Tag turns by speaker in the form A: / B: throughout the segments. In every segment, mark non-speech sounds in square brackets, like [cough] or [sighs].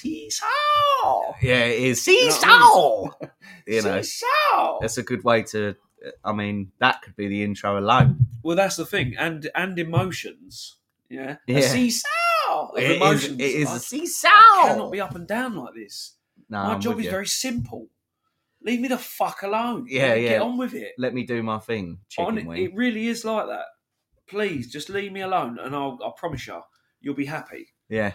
A: seesaw.
B: Yeah, it is.
A: Seesaw.
B: [laughs] You know,
A: Seesaw.
B: that's a good way to. I mean, that could be the intro alone.
A: Well, that's the thing, and and emotions. Yeah,
B: Yeah.
A: a seesaw of
B: It is-
A: emotions.
B: it is
A: I
B: a seesaw.
A: cannot be up and down like this.
B: No,
A: My
B: I'm
A: job
B: with
A: is
B: you.
A: very simple. Leave me the fuck alone.
B: Yeah,
A: Get
B: yeah.
A: on with it.
B: Let me do my thing,
A: On
B: chicken
A: it,
B: wing.
A: it really is like that. Please just leave me alone, and I'll I promise you, you'll be happy.
B: Yeah,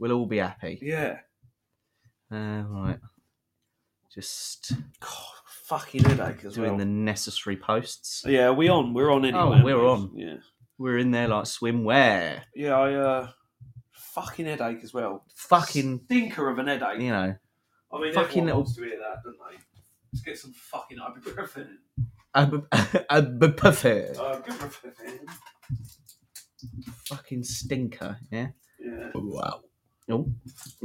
B: we'll all be happy.
A: Yeah.
B: Uh, right, just
A: God, fucking headache as
B: doing
A: well.
B: the necessary posts.
A: Yeah, we on. We're on anyway.
B: Oh,
A: aren't
B: we're
A: we?
B: on.
A: Yeah.
B: We're in there like swimwear.
A: Yeah, I uh fucking headache as well.
B: Fucking,
A: Stinker of an headache.
B: you know.
A: I mean
B: fucking
A: fucking little...
B: little-
A: wants to hear that, don't they? Let's get some fucking ibuprofen.
B: [laughs] Ibuprofen.
A: Uh, ibuprofen.
B: Fucking stinker, yeah?
A: Yeah.
B: Wow. Oh,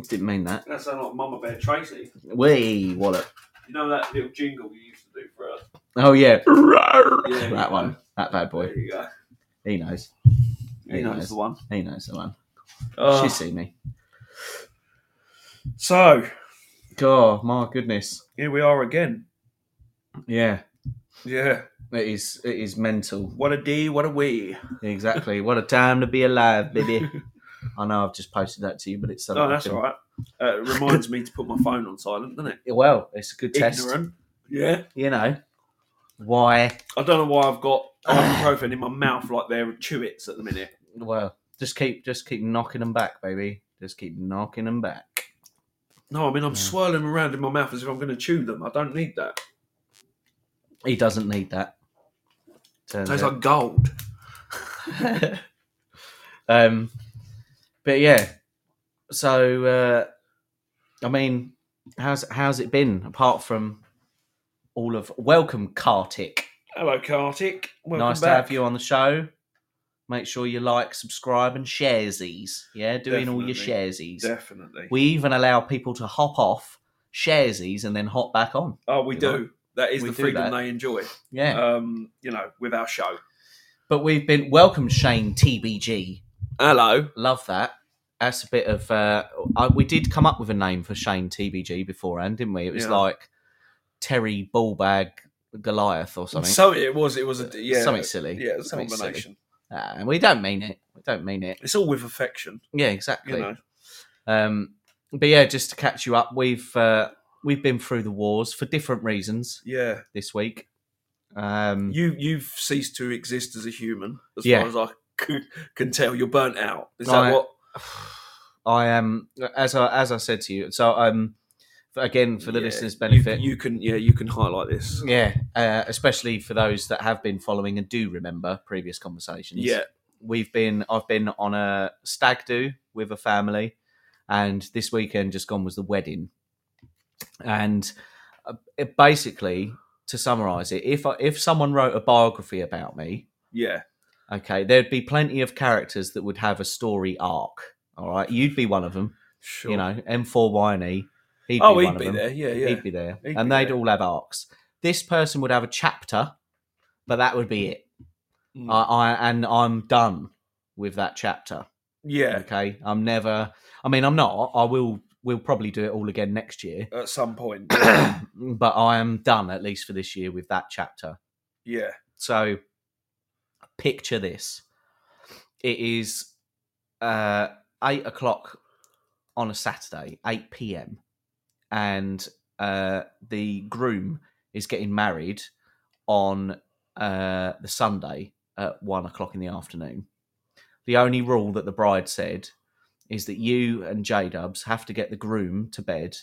B: didn't mean that.
A: That sounds like Mama Bear Tracy.
B: Wee, wallet.
A: You know that little jingle we used to do for us?
B: Oh, yeah.
A: [laughs] Yeah, yeah.
B: that one. That bad boy.
A: There you go.
B: He knows.
A: You know, it's the one.
B: He knows the one.
A: Uh,
B: She see me.
A: so,
B: God, my goodness.
A: here we are again.
B: Yeah.
A: Yeah.
B: It is it is mental.
A: What a D, what a we.
B: Exactly. what a time to be alive, baby.
A: [laughs]
B: I know I've just posted that to you, but it's something.
A: Oh, that's
B: I can-
A: all right. Uh, it reminds me to put my phone on silent, doesn't it?
B: Well, it's a good test.
A: Ignorant. Yeah.
B: You know. Why?
A: I don't know why I've
B: [sighs]
A: got ibuprofen in my mouth like they're chewits at the minute.
B: Well, just keep just keep knocking them back, baby. Just keep knocking them back.
A: No, I mean I'm
B: Yeah.
A: swirling around in my mouth as if I'm going to chew them. I don't need that.
B: He doesn't need that. Turns
A: Tastes
B: out.
A: like gold.
B: [laughs] um, but yeah. So uh, I mean, how's how's it been apart from all of welcome, Kartik?
A: Hello, Kartik. Welcome
B: nice to
A: back.
B: have you on the show. Make sure you like, subscribe, and sharesies. Yeah, doing all your
A: Definitely.
B: sharesies.
A: Definitely.
B: We even allow people to hop off sharesies and then hop back on.
A: oh, we
B: We
A: do. That is
B: We
A: the
B: do
A: freedom
B: that.
A: they enjoy.
B: Yeah.
A: Um, you know, with our show.
B: But we've been welcome, Shane TBG.
A: Hello.
B: Love that. That's a bit of. Uh, I, we did come up with a name for Shane TBG beforehand, didn't we? It was
A: Yeah.
B: like Terry Ballbag Goliath or something.
A: So it was. It was a yeah.
B: something silly.
A: Yeah, it was a
B: Something silly.
A: combination.
B: Ah, and we don't mean it. We don't mean it.
A: It's all with affection,
B: Yeah, exactly.
A: you know.
B: Um, but yeah, just to catch you up, we've uh, we've been through the wars for different reasons
A: Yeah.
B: this week. Um,
A: You you've ceased to exist as a human, as
B: Yeah.
A: far as I c- can tell. You're burnt out. Is that
B: I-
A: what?
B: I am as I as I said to you. So um, again for the
A: Yeah,
B: listeners'
A: you-
B: benefit,
A: You, can yeah, you can highlight this.
B: Yeah, uh, especially for those that have been following and do remember previous conversations.
A: Yeah,
B: we've been. I've been on a stag do with a family, and this weekend just gone was the wedding. And uh, it basically, to summarise it, if I, if someone wrote a biography about me,
A: yeah,
B: okay, there'd be plenty of characters that would have a story arc. All right, you'd be one of them.
A: sure.
B: You know, M4 Winey. E, He'd
A: oh,
B: be
A: he'd
B: one
A: be
B: of them
A: there. Yeah, yeah.
B: he'd be there,
A: He'd
B: and
A: be
B: they'd
A: there.
B: all have arcs. This person would have a chapter, but that would be it.
A: Mm.
B: I, I and I'm done with that chapter.
A: yeah,
B: Okay, I'm never. I mean, I'm not. I will. We'll probably do it all again
A: [coughs]
B: next year,
A: at some
B: [coughs]
A: point.
B: but I am done at least for this year with that chapter.
A: yeah,
B: So, picture this: it is uh, eight o'clock on a Saturday, eight p.m., and uh, the groom is getting married on uh, the Sunday at one o'clock in the afternoon. The only rule that the bride said is that you and J Dubs have to get the groom to bed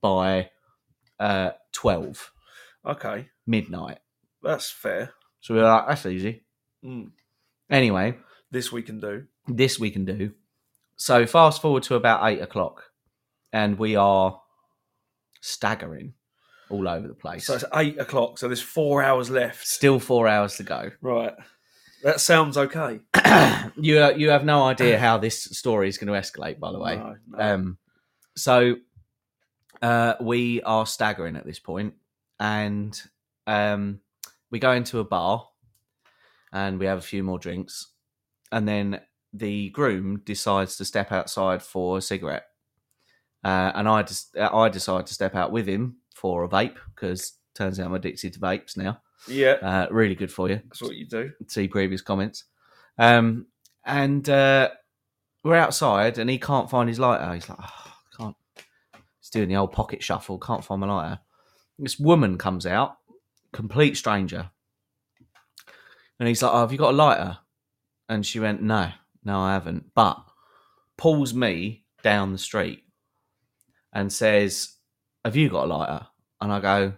B: by uh, twelve
A: okay,
B: midnight.
A: that's fair.
B: So we were like, that's easy.
A: Mm.
B: Anyway,
A: This we can do.
B: this we can do. So fast forward to about eight o'clock, and we are staggering all over the place.
A: So it's eight o'clock. So there's four hours left.
B: Still four hours to go.
A: Right. That sounds okay.
B: you you have
A: [coughs]
B: no idea how this story is going to escalate, by the way.
A: No, no.
B: Um, so uh, we are staggering at this point, and um, we go into a bar, and we have a few more drinks, and then the groom decides to step outside for a cigarette, uh, and I just I decided to step out with him for a vape because turns out I'm addicted to vapes now.
A: Yeah,
B: Uh, really good for you.
A: that's what you
B: [laughs]
A: do. [laughs]
B: See previous comments. Um, and uh, we're outside, and he can't find his lighter. He's like, oh, can't. He's doing the old pocket shuffle. Can't find my lighter. This woman comes out, complete stranger, and he's like, oh, "Have you got a lighter?" And she went, "No, no, I haven't." But pulls me down the street and says, "Have you got a lighter?" And I go,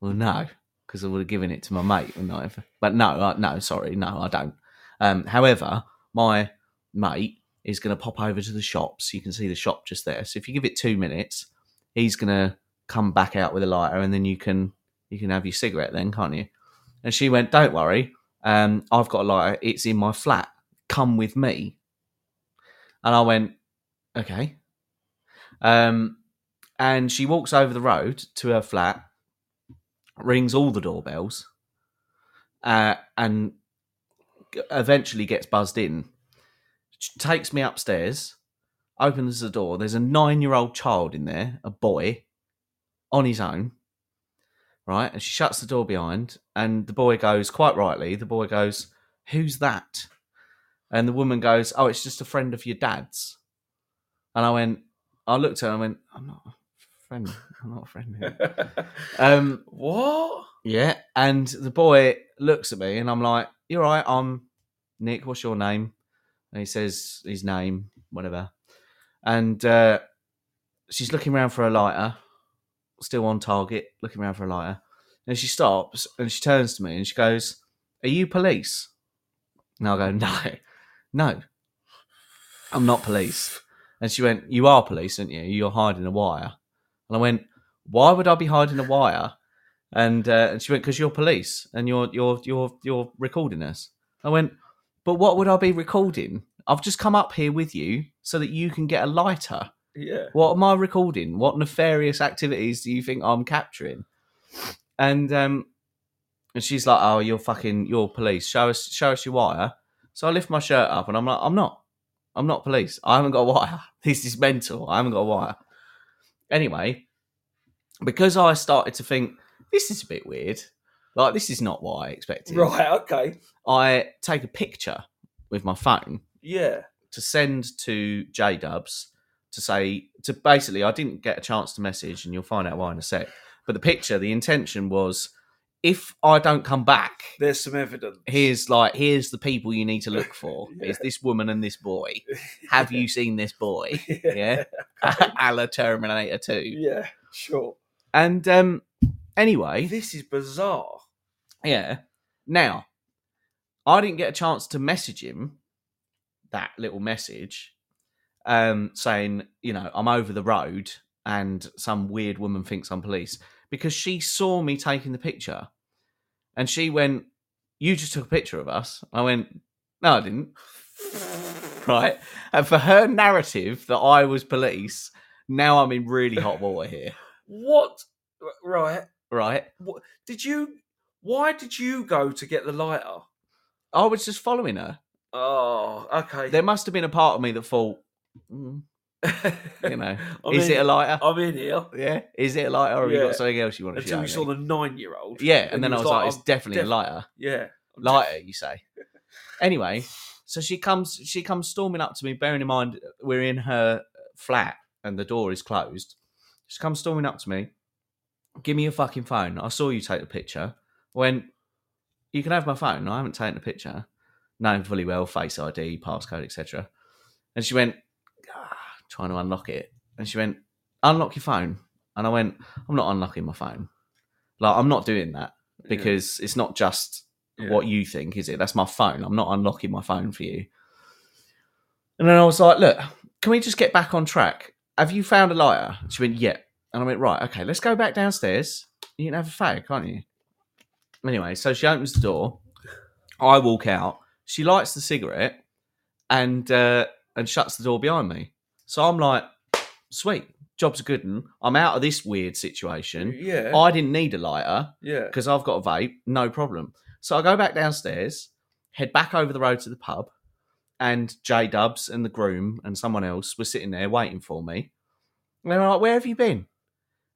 B: "Well, no, because I would have given it to my mate, wouldn't I? If- But no, I, no, sorry, no, I don't. Um, however, my mate is going to pop over to the shops. You can see the shop just there. So if you give it two minutes, he's going to come back out with a lighter, and then you can you can have your cigarette then, can't you? And she went, "Don't worry, um, I've got a lighter. It's in my flat. Come with me." And I went, "Okay." Um, and she walks over the road to her flat, rings all the doorbells, uh, and g- eventually gets buzzed in. She takes me upstairs, opens the door. There's a nine year old child in there, a boy, on his own, right? And she shuts the door behind, and the boy goes, quite rightly, the boy goes, Who's that? And the woman goes, Oh, it's just a friend of your dad's. And I went, I looked at her and I went, I'm not a friend. I'm not a friend. here."
A: [laughs]
B: um,
A: what?
B: yeah, and the boy looks at me, and I'm like, "You're right. I'm Nick. What's your name?" And he says his name, whatever. And uh, she's looking around for a lighter, still on target, looking around for a lighter. And she stops and she turns to me and she goes, "Are you police?" And I go, "No, no, I'm not police." And she went, "You are police, aren't you? You're hiding a wire." And I went, "Why would I be hiding a wire?" and uh, and she went because you're police and you're you're you're you're recording us. I went, but what would I be recording? I've just come up here with you so that you can get a lighter.
A: Yeah.
B: What am I recording? What nefarious activities do you think I'm capturing? And um, and she's like, oh, you're fucking you're police. Show us show us your wire. So I lift my shirt up and I'm like, I'm not, I'm not police. I haven't got a wire. [laughs] This is mental. I haven't got a wire. Anyway, because I started to think this is a bit weird. Like this is not what I expected.
A: Right. Okay.
B: I take a picture with my phone
A: Yeah.
B: to send to J Dubs to say to basically I didn't get a chance to message, and you'll find out why in a sec. But the picture, the intention was, if I don't come back,
A: There's some evidence.
B: here's like here's the people you need to look for:
A: Yeah.
B: is this woman and this boy. Have you seen this boy?
A: yeah.
B: Yeah, [laughs] a la Terminator Two.
A: [laughs] Yeah. Sure.
B: And um, anyway,
A: This is bizarre.
B: Yeah. Now, I didn't get a chance to message him that little message um, saying, you know, I'm over the road and some weird woman thinks I'm police because she saw me taking the picture and she went, You just took a picture of us. I went, No, I didn't. [laughs] Right. And for her narrative that I was police, now I'm in really hot water here.
A: What? Right.
B: Right.
A: Did you? Why did you go to get the lighter?
B: I was just following her.
A: Oh, okay.
B: There must have been a part of me that thought, "Mm, [laughs] you know,
A: [laughs] I'm
B: is
A: in,
B: it a lighter?
A: I'm in here.
B: yeah, is it a lighter, or have you
A: Yeah.
B: got something else you want to
A: Until
B: show
A: you saw
B: me?
A: the nine-year-old.
B: Yeah,
A: and
B: and then
A: you
B: I
A: was
B: was
A: like,
B: like, it's
A: "I'm
B: definitely
A: def-
B: a lighter,
A: Yeah. I'm
B: lighter, you say. Anyway, so she comes, she comes storming up to me. Bearing in mind we're in her flat and the door is closed, she comes storming up to me. Give me your fucking phone. I saw you take the picture. When you can have my phone, I haven't taken a picture. Known fully well, face ID, passcode, etc. And she went, "Ah," trying to unlock it. And she went, unlock your phone. And I went, I'm not unlocking my phone. Like, I'm not doing that
A: Yeah.
B: because it's not just
A: Yeah.
B: what you think, is it? That's my phone. I'm not unlocking my phone for you. And then I was like, look, can we just get back on track? Have you found a lighter? She went, yeah. And I went, right, okay, let's go back downstairs. You can have a fag, can't you? Anyway, so she opens the door. I walk out. She lights the cigarette and uh, and shuts the door behind me. So I'm like, sweet, job's a good one. I'm out of this weird situation.
A: Yeah.
B: I didn't need a lighter
A: yeah.
B: because I've got a vape, no problem. So I go back downstairs, head back over the road to the pub, and J Dubs and the groom and someone else were sitting there waiting for me. And they were like, "Where have you been?"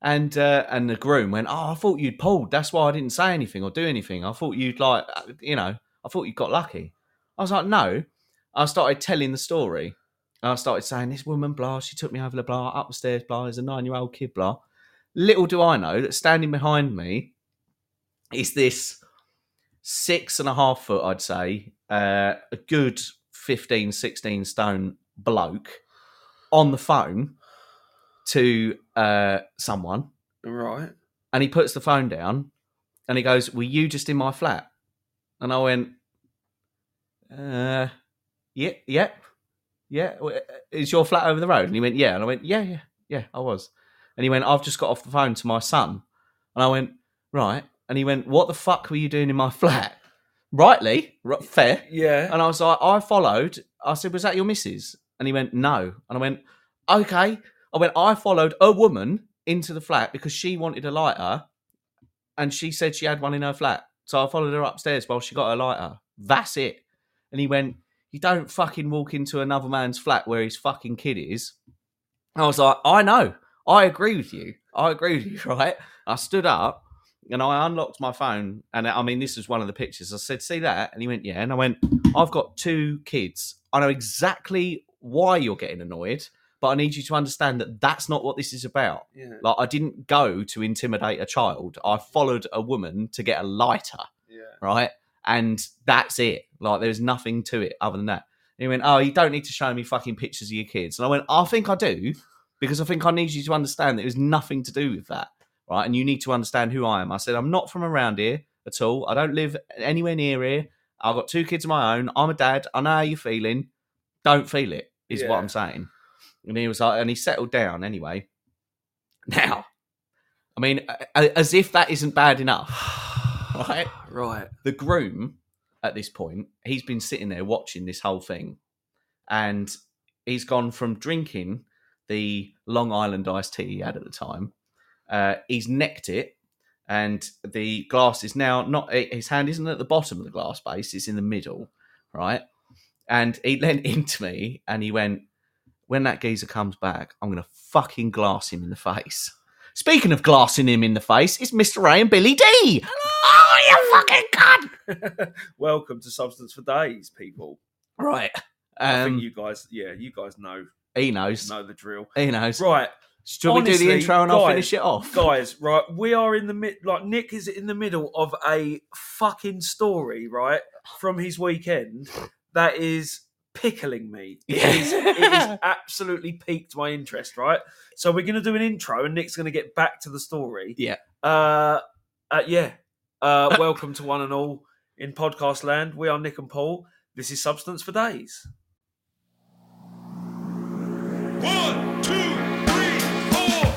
B: And uh, and the groom went, "Oh, I thought you'd pulled. That's why I didn't say anything or do anything. I thought you'd like, uh, you know, I thought you got lucky." I was like, "No." I started telling the story. And I started saying, "This woman, blah, she took me over the blah, up the stairs, blah. There's a nine-year-old kid, blah." Little do I know that standing behind me is this six and a half foot, I'd say, uh, a good 15, 16 stone bloke on the phone to uh, someone
A: Right.
B: and he puts the phone down and he goes, Were you just in my flat? And I went, Uh, yeah, yeah, yeah. w- uh, Is your flat over the road? And he went, Yeah. And I went, Yeah, yeah, yeah, I was. And he went, I've just got off the phone to my son. And I went, Right. And he went, What the fuck were you doing in my flat? Rightly, right, fair.
A: Yeah.
B: And I was like, I followed. I said, Was that your missus? And he went, No. And I went, Okay. I went, I followed a woman into the flat because she wanted a lighter and she said she had one in her flat. So I followed her upstairs while she got her lighter. That's it. And he went, You don't fucking walk into another man's flat where his fucking kid is. I was like, I know. I agree with you. I agree with you, [laughs] right? I stood up and I unlocked my phone. And I mean, this was one of the pictures. I said, See that? And he went, Yeah. And I went, I've got two kids. I know exactly why you're getting annoyed, but I need you to understand that that's not what this is about.
A: Yeah.
B: Like, I didn't go to intimidate a child. I followed a woman to get a lighter,
A: Yeah.
B: right? And that's it. Like, there's nothing to it other than that. And he went, Oh, you don't need to show me fucking pictures of your kids. And I went, I think I do, because I think I need you to understand that it was nothing to do with that, right? And you need to understand who I am. I said, I'm not from around here at all. I don't live anywhere near here. I've got two kids of my own. I'm a dad. I know how you're feeling. Don't feel it, is
A: Yeah.
B: what I'm saying. And he was like, and he settled down anyway. Now, I mean, a- a- as if that isn't
A: [sighs]
B: bad enough, right?
A: Right.
B: the groom at this point he's been sitting there watching this whole thing and he's gone from drinking the long island iced tea he had at the time uh, he's necked it and the glass is now not eh, his hand isn't at the bottom of the glass base it's in the middle right and he [laughs] leant into me and he went when that geezer comes back i'm gonna fucking glass him in the face speaking of glassing him in the face it's mr ray and billy d oh you fucking cunt
A: [laughs] Welcome to Substance for Days, people.
B: Right.
A: I
B: Um,
A: think you guys, yeah, you guys know
B: he knows.
A: know the drill.
B: He knows.
A: Right,
B: Should we do the
A: honestly,
B: intro and I'll
A: guys,
B: finish it off?
A: guys. Right, we are in the mid. Like Nick is in the middle of a fucking story, right, from his weekend that is pickling me. It is- it has absolutely piqued my interest, right? So we're going to do an intro, and Nick's going to get back to the story.
B: Yeah.
A: Uh, uh yeah. Uh, welcome to one and all in podcast land. We are Nick and Paul. This is Substance for Days.
C: One, two, three, four.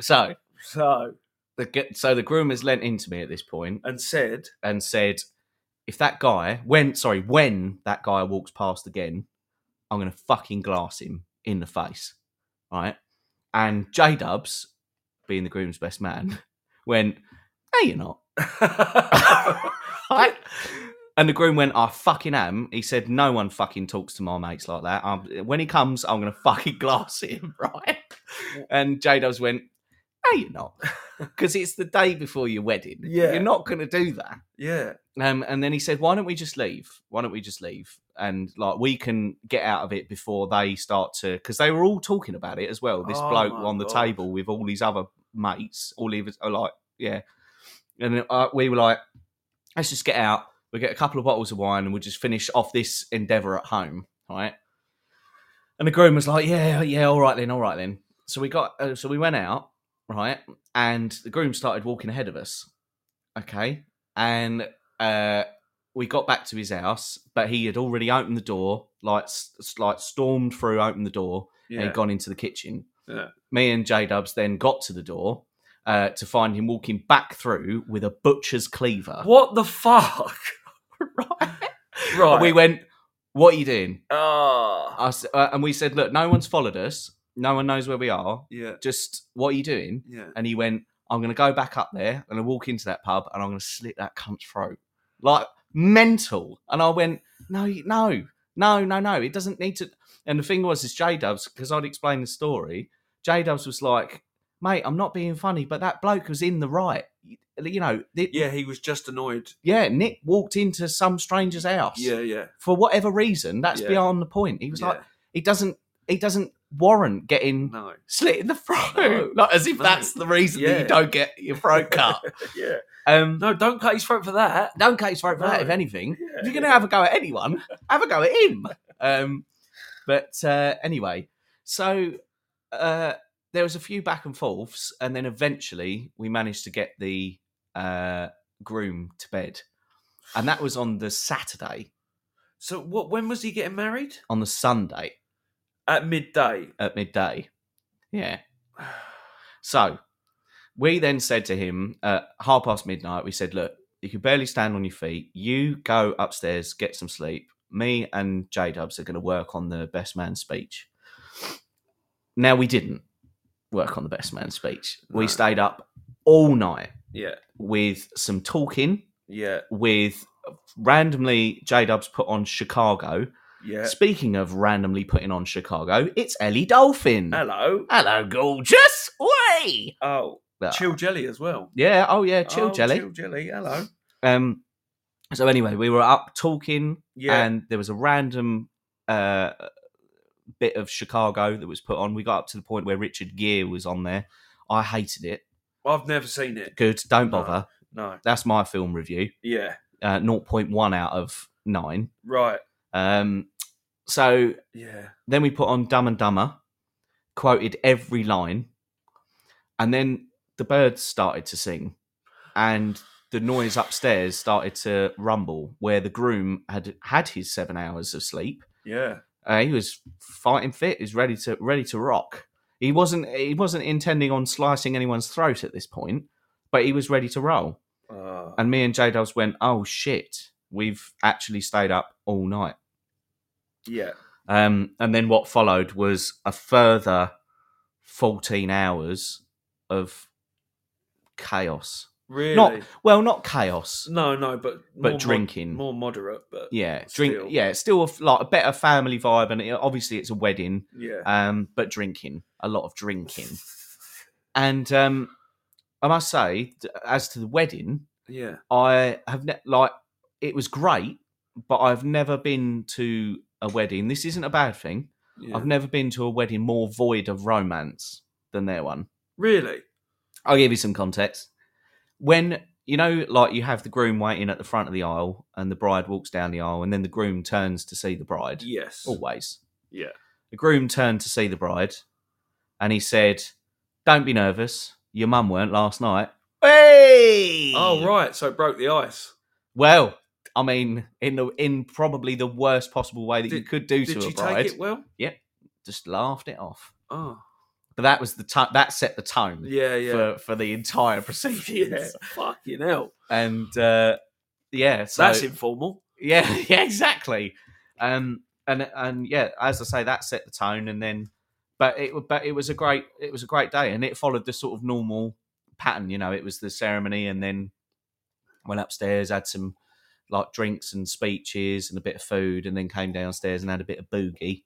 B: So
A: So
B: the g- so the groom has lent into me at this point
A: and said, [laughs]
B: and said, "If that guy when sorry when that guy walks past again, I'm gonna fucking glass him in the face." Right. And J Dubs, being the groom's best man, [laughs] went, "Hey, you're not." Right? [laughs] And the groom went, I fucking am. He said, No one fucking talks to my mates like that. Um when he comes, I'm going to fucking glass [laughs] him, right? And J Dubs went, No, you're not. Because it's the day before your wedding.
A: Yeah.
B: You're not going to do that.
A: yeah,
B: Um, and then he said, Why don't we just leave? Why don't we just leave? And like, we can get out of it before they start to. Because they were all talking about it as well. This
A: Oh
B: bloke
A: my
B: on the
A: God.
B: table with all his other mates, all of his, are like, yeah. And uh, we were like, Let's just get out. We get a couple of bottles of wine and we'll just finish off this endeavor at home. Right. And the groom was like, Yeah, yeah, all right then, all right then. So we got, uh, so we went out, right? And the groom started walking ahead of us. Okay. And uh, we got back to his house, but he had already opened the door, like s- s- like stormed through, opened the door, and
A: yeah.
B: he'd gone into the kitchen.
A: Yeah.
B: Me and J Dubs then got to the door uh, to find
A: [laughs]
B: him walking back through with a butcher's cleaver.
A: What the fuck?
B: Right.
A: Right.
B: We went, "What are you doing?"
A: Ah.
B: I s- uh, and we said, "Look, no one's followed us. No one knows where we are.
A: yeah.
B: Just what are you doing?"
A: Yeah.
B: And he went, "I'm going to go back up there. I'm going to walk into that pub and I'm going to slit that cunt's throat, like mental." And I went, "No, you- no, no, no, no. It doesn't need to." And the thing was, is J Dubs because I'd explained the story. J Dubs was like, "Mate, I'm not being funny, but that bloke was in the right. You- You know, th-
A: Yeah, he was just annoyed.
B: yeah, Nick walked into some stranger's house.
A: Yeah, yeah.
B: For whatever reason, that's
A: Yeah.
B: beyond the point. He was
A: yeah.
B: like, he doesn't, he doesn't warrant getting
A: no.
B: slit in the throat.
A: [laughs] No.
B: Not as if
A: No.
B: that's the reason that
A: Yeah.
B: you don't get your
A: [laughs]
B: throat cut.
A: Yeah.
B: Um,
A: No, don't cut his throat for that.
B: Don't cut his throat for that.
A: No.
B: If anything,
A: Yeah,
B: if you're going to have a go at anyone, have a go at him. Um, but uh, anyway, so uh, there was a few back and forths, and then eventually we managed to get the uh, groom to bed, and that was on the Saturday.
A: So what when was he getting married?
B: On the Sunday
A: At midday.
B: at midday, yeah. So we then said to him at half past midnight, we said, Look, you can barely stand on your feet. You go upstairs, get some sleep. Me and J Dubs are going to work on the best man speech. Now, we didn't work on the best man speech. We
A: No.
B: stayed up all night
A: [sighs] Yeah.
B: with some talking,
A: Yeah.
B: with randomly J Dubs put on Chicago.
A: Yeah.
B: Speaking of randomly putting on Chicago, it's Ellie Dolphin.
A: Hello.
B: Hello, gorgeous. Way.
A: Oh, chill jelly as well.
B: Yeah. Oh, yeah. Chill
A: Oh,
B: jelly.
A: Chill jelly. Hello.
B: Um. So anyway, we were up talking,
A: Yeah.
B: and there was a random uh bit of Chicago that was put on. We got up to the point where Richard Gere was on there. I hated it.
A: I've never seen it.
B: Good.
A: No.
B: Don't bother.
A: No.
B: That's my film review.
A: Yeah.
B: Uh, 0.1 out of nine.
A: Right.
B: Um. So
A: Yeah.
B: Then we put on Dumb and Dumber, quoted every line, and then the birds started to sing, and the noise upstairs started to rumble where the groom had had his seven hours of sleep.
A: Yeah.
B: Uh, he was fighting fit. He was ready to ready to rock. He wasn't he wasn't intending on slicing anyone's throat at this point, but he was ready to roll.
A: Uh,
B: And me and J Dubs went, "Oh shit, we've actually stayed up all night."
A: yeah.
B: Um, and then what followed was a further 14 hours of chaos.
A: Really.
B: Not well, not chaos,
A: no. No. But
B: but
A: more mod-
B: drinking.
A: more moderate. But
B: yeah, drink.
A: Still.
B: Yeah, still a, f- like a better family vibe, and it, obviously it's a wedding.
A: yeah.
B: Um, but drinking, a lot of drinking, and um, I must say, th- as to the wedding,
A: Yeah.
B: I have ne- like it was great, but I've never been to a wedding. This isn't a bad thing.
A: yeah.
B: I've never been to a wedding more void of romance than their one.
A: really.
B: I'll give you some context. When you know, like you have the groom waiting at the front of the aisle, and the bride walks down the aisle, and then the groom turns to see the bride.
A: Yes.
B: Always,
A: Yeah.
B: the groom turned to see the bride, and he said, "Don't be nervous. Your mum weren't last night." Hey.
A: Oh right. So it broke the ice.
B: Well, I mean, in the in probably the worst possible way that you
A: Did-
B: could do
A: Did
B: to a
A: she
B: bride,
A: take it well?
B: just laughed it off.
A: Oh.
B: But that was the t- that set the tone.
A: Yeah. Yeah.
B: for, for the
A: [laughs]
B: entire [laughs] proceedings.
A: Fucking hell.
B: And uh, yeah, so
A: That's informal.
B: [laughs] yeah, yeah, exactly. Um, and and yeah, as I say, that set the tone, and then but it but it was a great it was a great day, and it followed the sort of normal pattern. You know, it was the ceremony, and then went upstairs, had some like drinks and speeches and a bit of food, and then came downstairs and had a bit of boogie.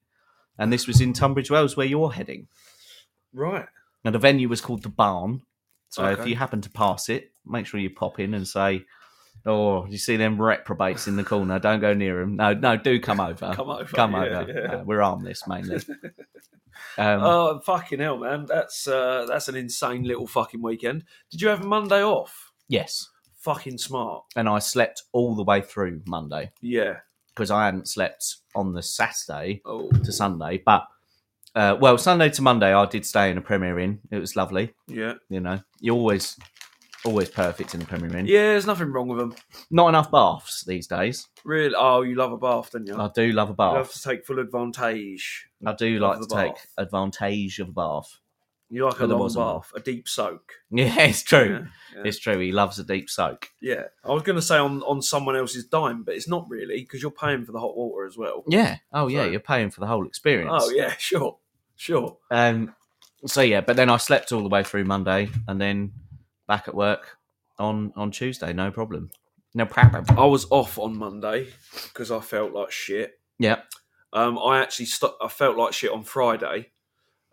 B: And this was in Tunbridge Wells, where you're heading.
A: Right.
B: Now the venue was called the Barn. So if
A: Okay.
B: you happen to pass it, make sure you pop in and say, "Oh, you see them reprobates in the corner? Don't go near them. No, no, do come over.
A: [laughs] Come over,
B: Uh, Come
A: yeah,
B: over.
A: yeah.
B: Uh, we're
A: [laughs]
B: armless mainly." Um,
A: Oh fucking hell, man! That's uh, that's an insane little fucking weekend. Did you have Monday off?
B: yes,
A: Fucking smart.
B: and I slept all the way through Monday
A: Yeah.
B: because I hadn't slept on the Saturday
A: Oh.
B: to Sunday, but. Uh, well, Sunday to Monday, I did stay in a Premier Inn. It was lovely,
A: Yeah.
B: you know. You're always, always perfect in a Premier Inn.
A: Yeah. There's nothing wrong with them.
B: Not enough baths these days.
A: Really. Oh, you love a bath, don't you?
B: I do love a bath.
A: You love to take full advantage.
B: I do like
A: Of
B: to
A: the
B: take
A: bath.
B: advantage of a bath. [laughs]
A: You like a
B: With the
A: long
B: bottom.
A: bath, a deep soak.
B: Yeah, it's true.
A: Yeah, yeah.
B: It's true. He loves a deep soak.
A: Yeah, I was going to say on on someone else's dime, but it's not really because you're paying for the hot water as well.
B: Yeah. Oh, yeah.
A: So-
B: You're paying for the whole experience.
A: Oh yeah, [laughs] sure, sure.
B: Um, so yeah, but then I slept all the way through Monday, and then back at work on on Tuesday, no problem. No problem.
A: I was off on Monday because I felt like shit.
B: Yeah.
A: Um, I actually st- I felt like shit on Friday.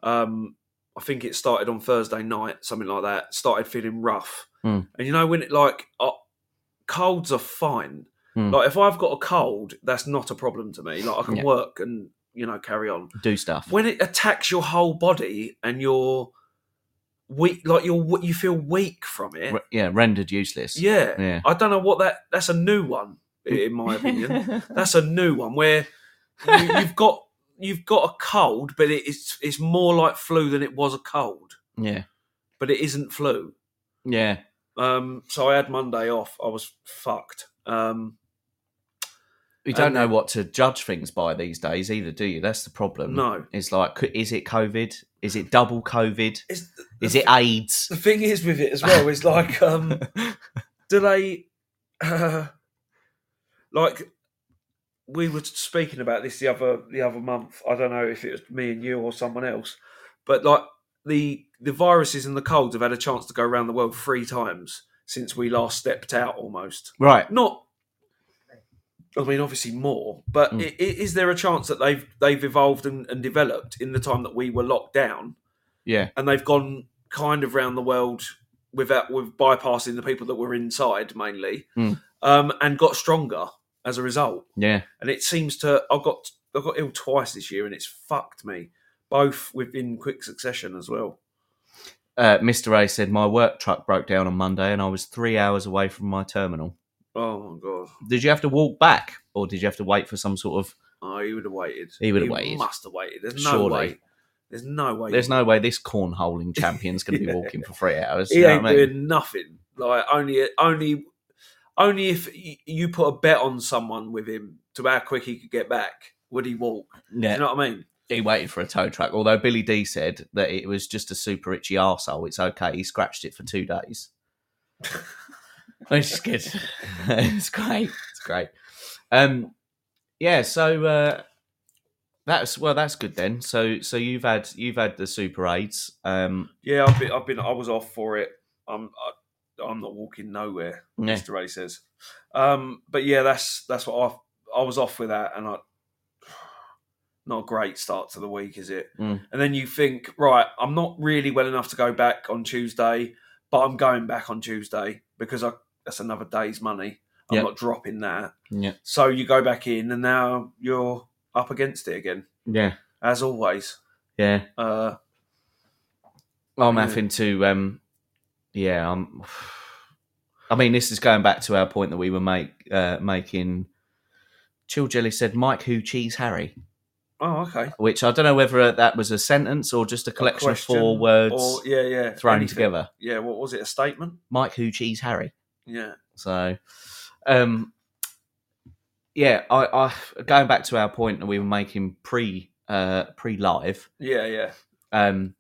A: Um, I think it started on Thursday night, something like that. Started feeling rough,
B: Mm.
A: and you know when it like uh, colds are fine.
B: Mm.
A: Like if I've got a cold, that's not a problem to me. Like I can
B: Yeah.
A: work and you know carry on.
B: Do stuff.
A: When it attacks your whole body and you're weak, like you're w- you feel weak from it.
B: Re- yeah, rendered useless.
A: Yeah,
B: Yeah.
A: I don't know what that. That's a new one i- in my opinion.
B: [laughs]
A: That's a new one where you, you've got you've got a cold, but it- it's it's more like flu than it was a cold,
B: yeah.
A: but it isn't flu.
B: Yeah.
A: Um, so I had Monday off. I was fucked. Um,
B: We don't
A: And
B: know
A: then-
B: what to judge things by these days either, do you? That's the problem.
A: no,
B: It's like, co- is it COVID? Is it double COVID?
A: it's, the-
B: Is it AIDS?
A: The thing is with it as well is like, um, do they uh, like? We were speaking about this the other the other month. I don't know if it was me and you or someone else, but like the the viruses and the colds have had a chance to go around the world three times since we last stepped out. Almost
B: Right.
A: not. I mean, obviously more, but
B: Mm.
A: i i is there a chance that they've they've evolved and, and developed in the time that we were locked down?
B: Yeah.
A: and they've gone kind of round the world without with bypassing the people that were inside mainly,
B: Hmm.
A: um, and got stronger as a result.
B: Yeah.
A: And it seems to I got I got ill twice this year, and it's fucked me both within quick succession as well.
B: Uh, Mr. A said, My work truck broke down on Monday and I was three hours away from my terminal.
A: Oh my god!
B: Did you have to walk back or did you have to wait for some sort of.
A: Oh, he would have waited.
B: He would have waited.
A: Must have waited. There's no
B: Surely.
A: way. There's no way.
B: There's no way this cornholing champion's going to
A: [laughs]
B: be
A: Yeah.
B: walking for three hours.
A: He
B: you know
A: ain't
B: what I mean?
A: doing nothing. Like only, only, only if y- you put a bet on someone with him to how quick he could get back, would he walk?
B: yeah.
A: Do you know what I mean?
B: he waited for a tow truck. Although Billy D said that it was just a super itchy arsehole. It's okay. He scratched it for two days. [laughs] Which is good. [laughs] it's great. It's great. Um, yeah. So uh, that's well. That's good then. So so you've had you've had the super aids. Um,
A: Yeah, I've been, I've been, I was off for it. I'm, I, I'm not walking nowhere.
B: yeah.
A: Mr. Ray says. Um, but yeah, that's that's what I, I was off with that, and I, [sighs] not a great start to the week, is it?
B: Mm.
A: And then you think, right, I'm not really well enough to go back on Tuesday, but I'm going back on Tuesday because I that's another day's money. I'm
B: Yeah.
A: not dropping that.
B: Yeah.
A: So you go back in, and now you're up against it again,
B: Yeah.
A: as always.
B: Yeah.
A: Uh,
B: I'm
A: Yeah.
B: having to. Um, yeah, I'm. I mean, this is going back to our point that we were make uh, making. Chill Jelly said, "Mike, who cheese Harry?"
A: oh, okay.
B: Which I don't know whether uh, that was a sentence or just a collection of
A: question
B: four words
A: Or yeah, yeah,
B: thrown
A: anything.
B: together.
A: Yeah, what was it? A statement?
B: Mike, who cheese Harry?
A: Yeah.
B: So, um, yeah, I, I going back to our point that we were making pre uh, pre live.
A: Yeah, yeah.
B: um,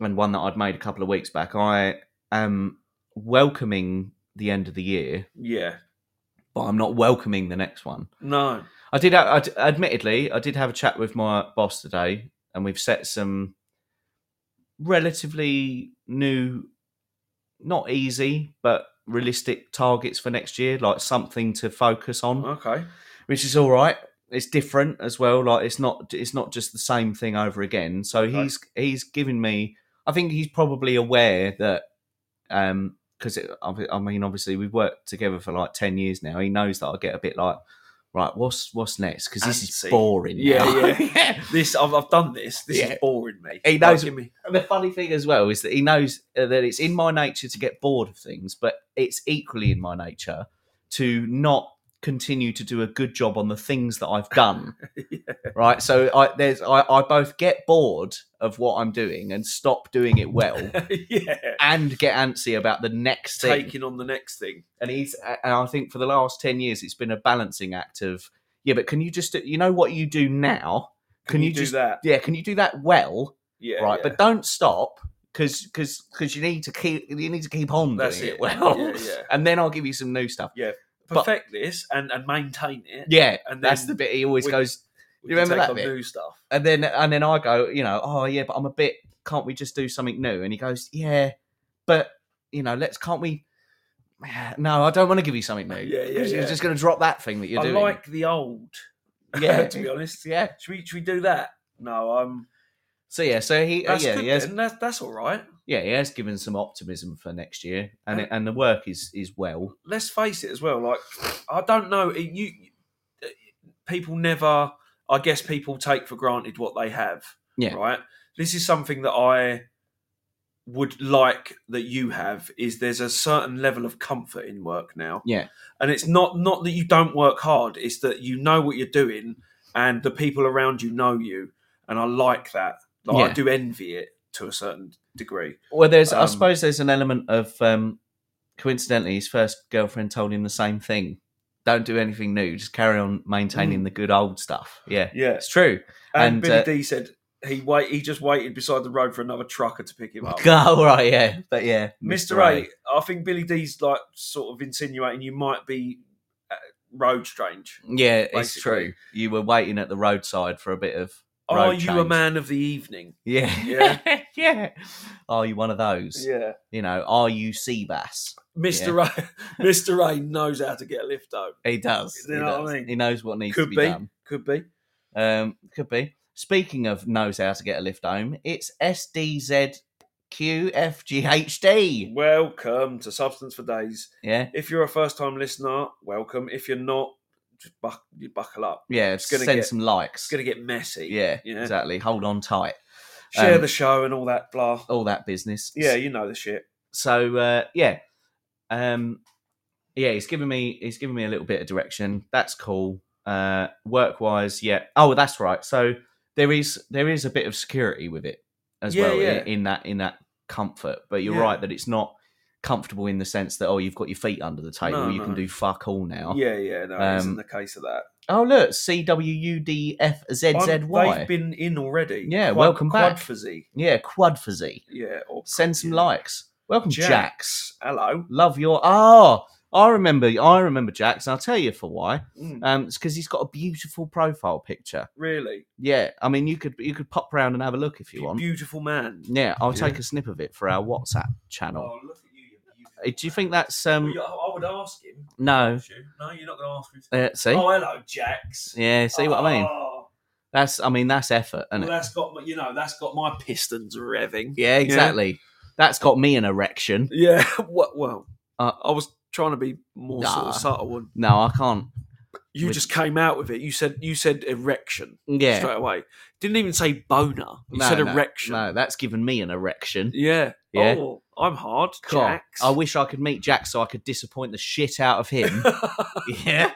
B: and one that I'd made a couple of weeks back. I am welcoming the end of the year,
A: Yeah.
B: but I'm not welcoming the next one.
A: No.
B: I did, I, d- admittedly, I did have a chat with my boss today, and we've set some relatively new, not easy, but realistic targets for next year, like something to focus on
A: Okay.
B: which is all right. It's different as well. Like it's not it's not just the same thing over again. So
A: Okay.
B: he's he's given me. I think he's probably aware that um because I mean obviously we've worked together for like ten years now. He knows that I get a bit like right. What's what's next? Because this
A: Antsy.
B: is boring.
A: Yeah,
B: now. [laughs]
A: yeah. This I've, I've done this. This
B: Yeah.
A: is boring me.
B: He knows-
A: Like, give me-
B: And the funny thing as well is that he knows uh, that it's in my nature to get bored of things, but it's equally in my nature to not continue to do a good job on the things that I've done. Right. So I there's I, I both get bored of what I'm doing and stop doing it well.
A: [laughs] yeah.
B: And get antsy about the next thing,
A: Taking on the next thing.
B: and he's and I think for the last ten years it's been a balancing act of yeah, but can you just do, you know what you do now?
A: Can, you, do
B: just
A: that?
B: yeah, can you do that well?
A: Yeah.
B: right,
A: yeah.
B: but don't stop because because because you need to keep you need to keep on
A: That's
B: doing it,
A: it.
B: well,
A: Yeah, yeah.
B: [laughs] and then I'll give you some new stuff. But-
A: perfect this and, and maintain it.
B: Yeah,
A: And
B: that's
A: then
B: the bit he always
A: we-
B: goes,
A: We
B: You
A: can
B: remember
A: take
B: that
A: on
B: bit?
A: new stuff.
B: and then and then I go, you know, oh yeah, but I'm a bit. Can't we just do something new? And he goes, yeah, but you know, let's can't we? [sighs] No, I don't want to give you something new.
A: Yeah, yeah,
B: 'Cause You're
A: yeah.
B: just going to drop that thing that you're
A: I
B: doing.
A: like the old. [laughs]
B: Yeah.
A: to be honest.
B: yeah.
A: Should we, should we do that? No, I'm.
B: So yeah, so he uh,
A: That's
B: yeah
A: good.
B: he has
A: then. That's, that's all right.
B: yeah he has given some optimism for next year, and
A: Uh,
B: it, and the work is is well.
A: Let's face it as well. Like I don't know. it- You people never. I guess people take for granted what they have.
B: Yeah.
A: Right. This is something that I would like that you have is there's a certain level of comfort in work now.
B: Yeah.
A: And it's not not that you don't work hard, it's that you know what you're doing and the people around you know you. And I like that. Like
B: Yeah.
A: I do envy it to a certain degree.
B: Well, there's I
A: Um,
B: suppose there's an element of um, coincidentally his first girlfriend told him the same thing. Don't do anything new. Just carry on maintaining the good old stuff. Yeah,
A: Mm. Yeah.
B: it's true.
A: And,
B: And,
A: Billy
B: uh,
A: D said he wait he just waited beside the road for another trucker to pick him up.
B: [laughs] All right, yeah, but yeah,
A: Mr. A, I think Billy D's like sort of insinuating you might be uh, road strange.
B: Yeah, it's
A: basically.
B: true. You were waiting at the roadside for a bit of.
A: Are
B: road
A: you a
B: change.
A: man of the evening?
B: Yeah,
A: Yeah.
B: [laughs] yeah. Are you one of those?
A: Yeah.
B: You know, are you Seabass?
A: Mr. A [laughs] Mr. A knows how to get a lift though.
B: He does.
A: You
B: he
A: know what I
B: does.
A: mean?
B: He knows what needs to
A: Could
B: be,
A: be.
B: done.
A: Could be.
B: Um, could be. Speaking of knows how to get a lift home, it's SDZQFGHD.
A: Welcome to Substance for Days.
B: Yeah,
A: If you're a first time listener, welcome. If you're not, just buck, you buckle up.
B: yeah. It's
A: gonna
B: send
A: get-
B: some likes.
A: It's going to get messy.
B: yeah,
A: Yeah.
B: exactly. Hold on tight.
A: Share
B: Um, oh,
A: the show and all that blah.
B: All that business.
A: Yeah, you know the shit.
B: So uh, yeah, um, yeah. He's given me he's given me a little bit of direction. That's cool. Uh, work wise, yeah. Oh, that's right. So there is there is a bit of security with it as
A: Yeah,
B: well i-
A: yeah.
B: In, that in that comfort. But you're
A: Yeah.
B: right that it's not comfortable in the sense that oh you've got your feet under the table
A: No,
B: you can
A: no.
B: do fuck all now
A: Yeah, yeah, no, it
B: Um,
A: isn't the case of that.
B: oh look cwudfzzy
A: I'm- They've been in already.
B: Yeah,
A: Quad-
B: welcome
A: quad
B: back.
A: fuzzy.
B: yeah quad fuzzy
A: Yeah, or
B: send some
A: Yeah.
B: likes welcome
A: Jax.
B: jax
A: hello.
B: Love your oh, I remember, I remember Jax, and I'll tell you for why.
A: Mm,
B: Um, it's because he's got a beautiful profile picture.
A: really,
B: Yeah, I mean, you could you could pop round and have a look if you
A: You
B: want.
A: beautiful man.
B: Yeah, I'll
A: Yeah.
B: take a snip of it for our WhatsApp channel.
A: Oh, look at you, you. beautiful
B: Uh, Do you
A: man.
B: think that's
A: Well,
B: um?
A: you- I would ask him.
B: No,
A: wouldn't you? No, you're not going to ask me.
B: uh, see,
A: Oh, hello, Jax.
B: yeah, see what I mean.
A: Oh.
B: That's I mean that's effort, and
A: Well, that's got my, you know that's got my pistons revving.
B: yeah, exactly. That's got me an erection.
A: Yeah. [laughs] What? Well,
B: Uh,
A: I was trying to be more sort
B: Nah.
A: of subtle. One.
B: No, I can't.
A: You
B: With-
A: just came out with it. You said you said erection
B: Yeah,
A: straight away. Didn't even say boner. You
B: No,
A: said
B: no,
A: erection.
B: no, that's given me an erection.
A: Yeah.
B: Yeah.
A: Oh, I'm hard.
B: God,
A: Jax.
B: I wish I could meet Jack so I could disappoint the shit out
A: [laughs]
B: of him. yeah.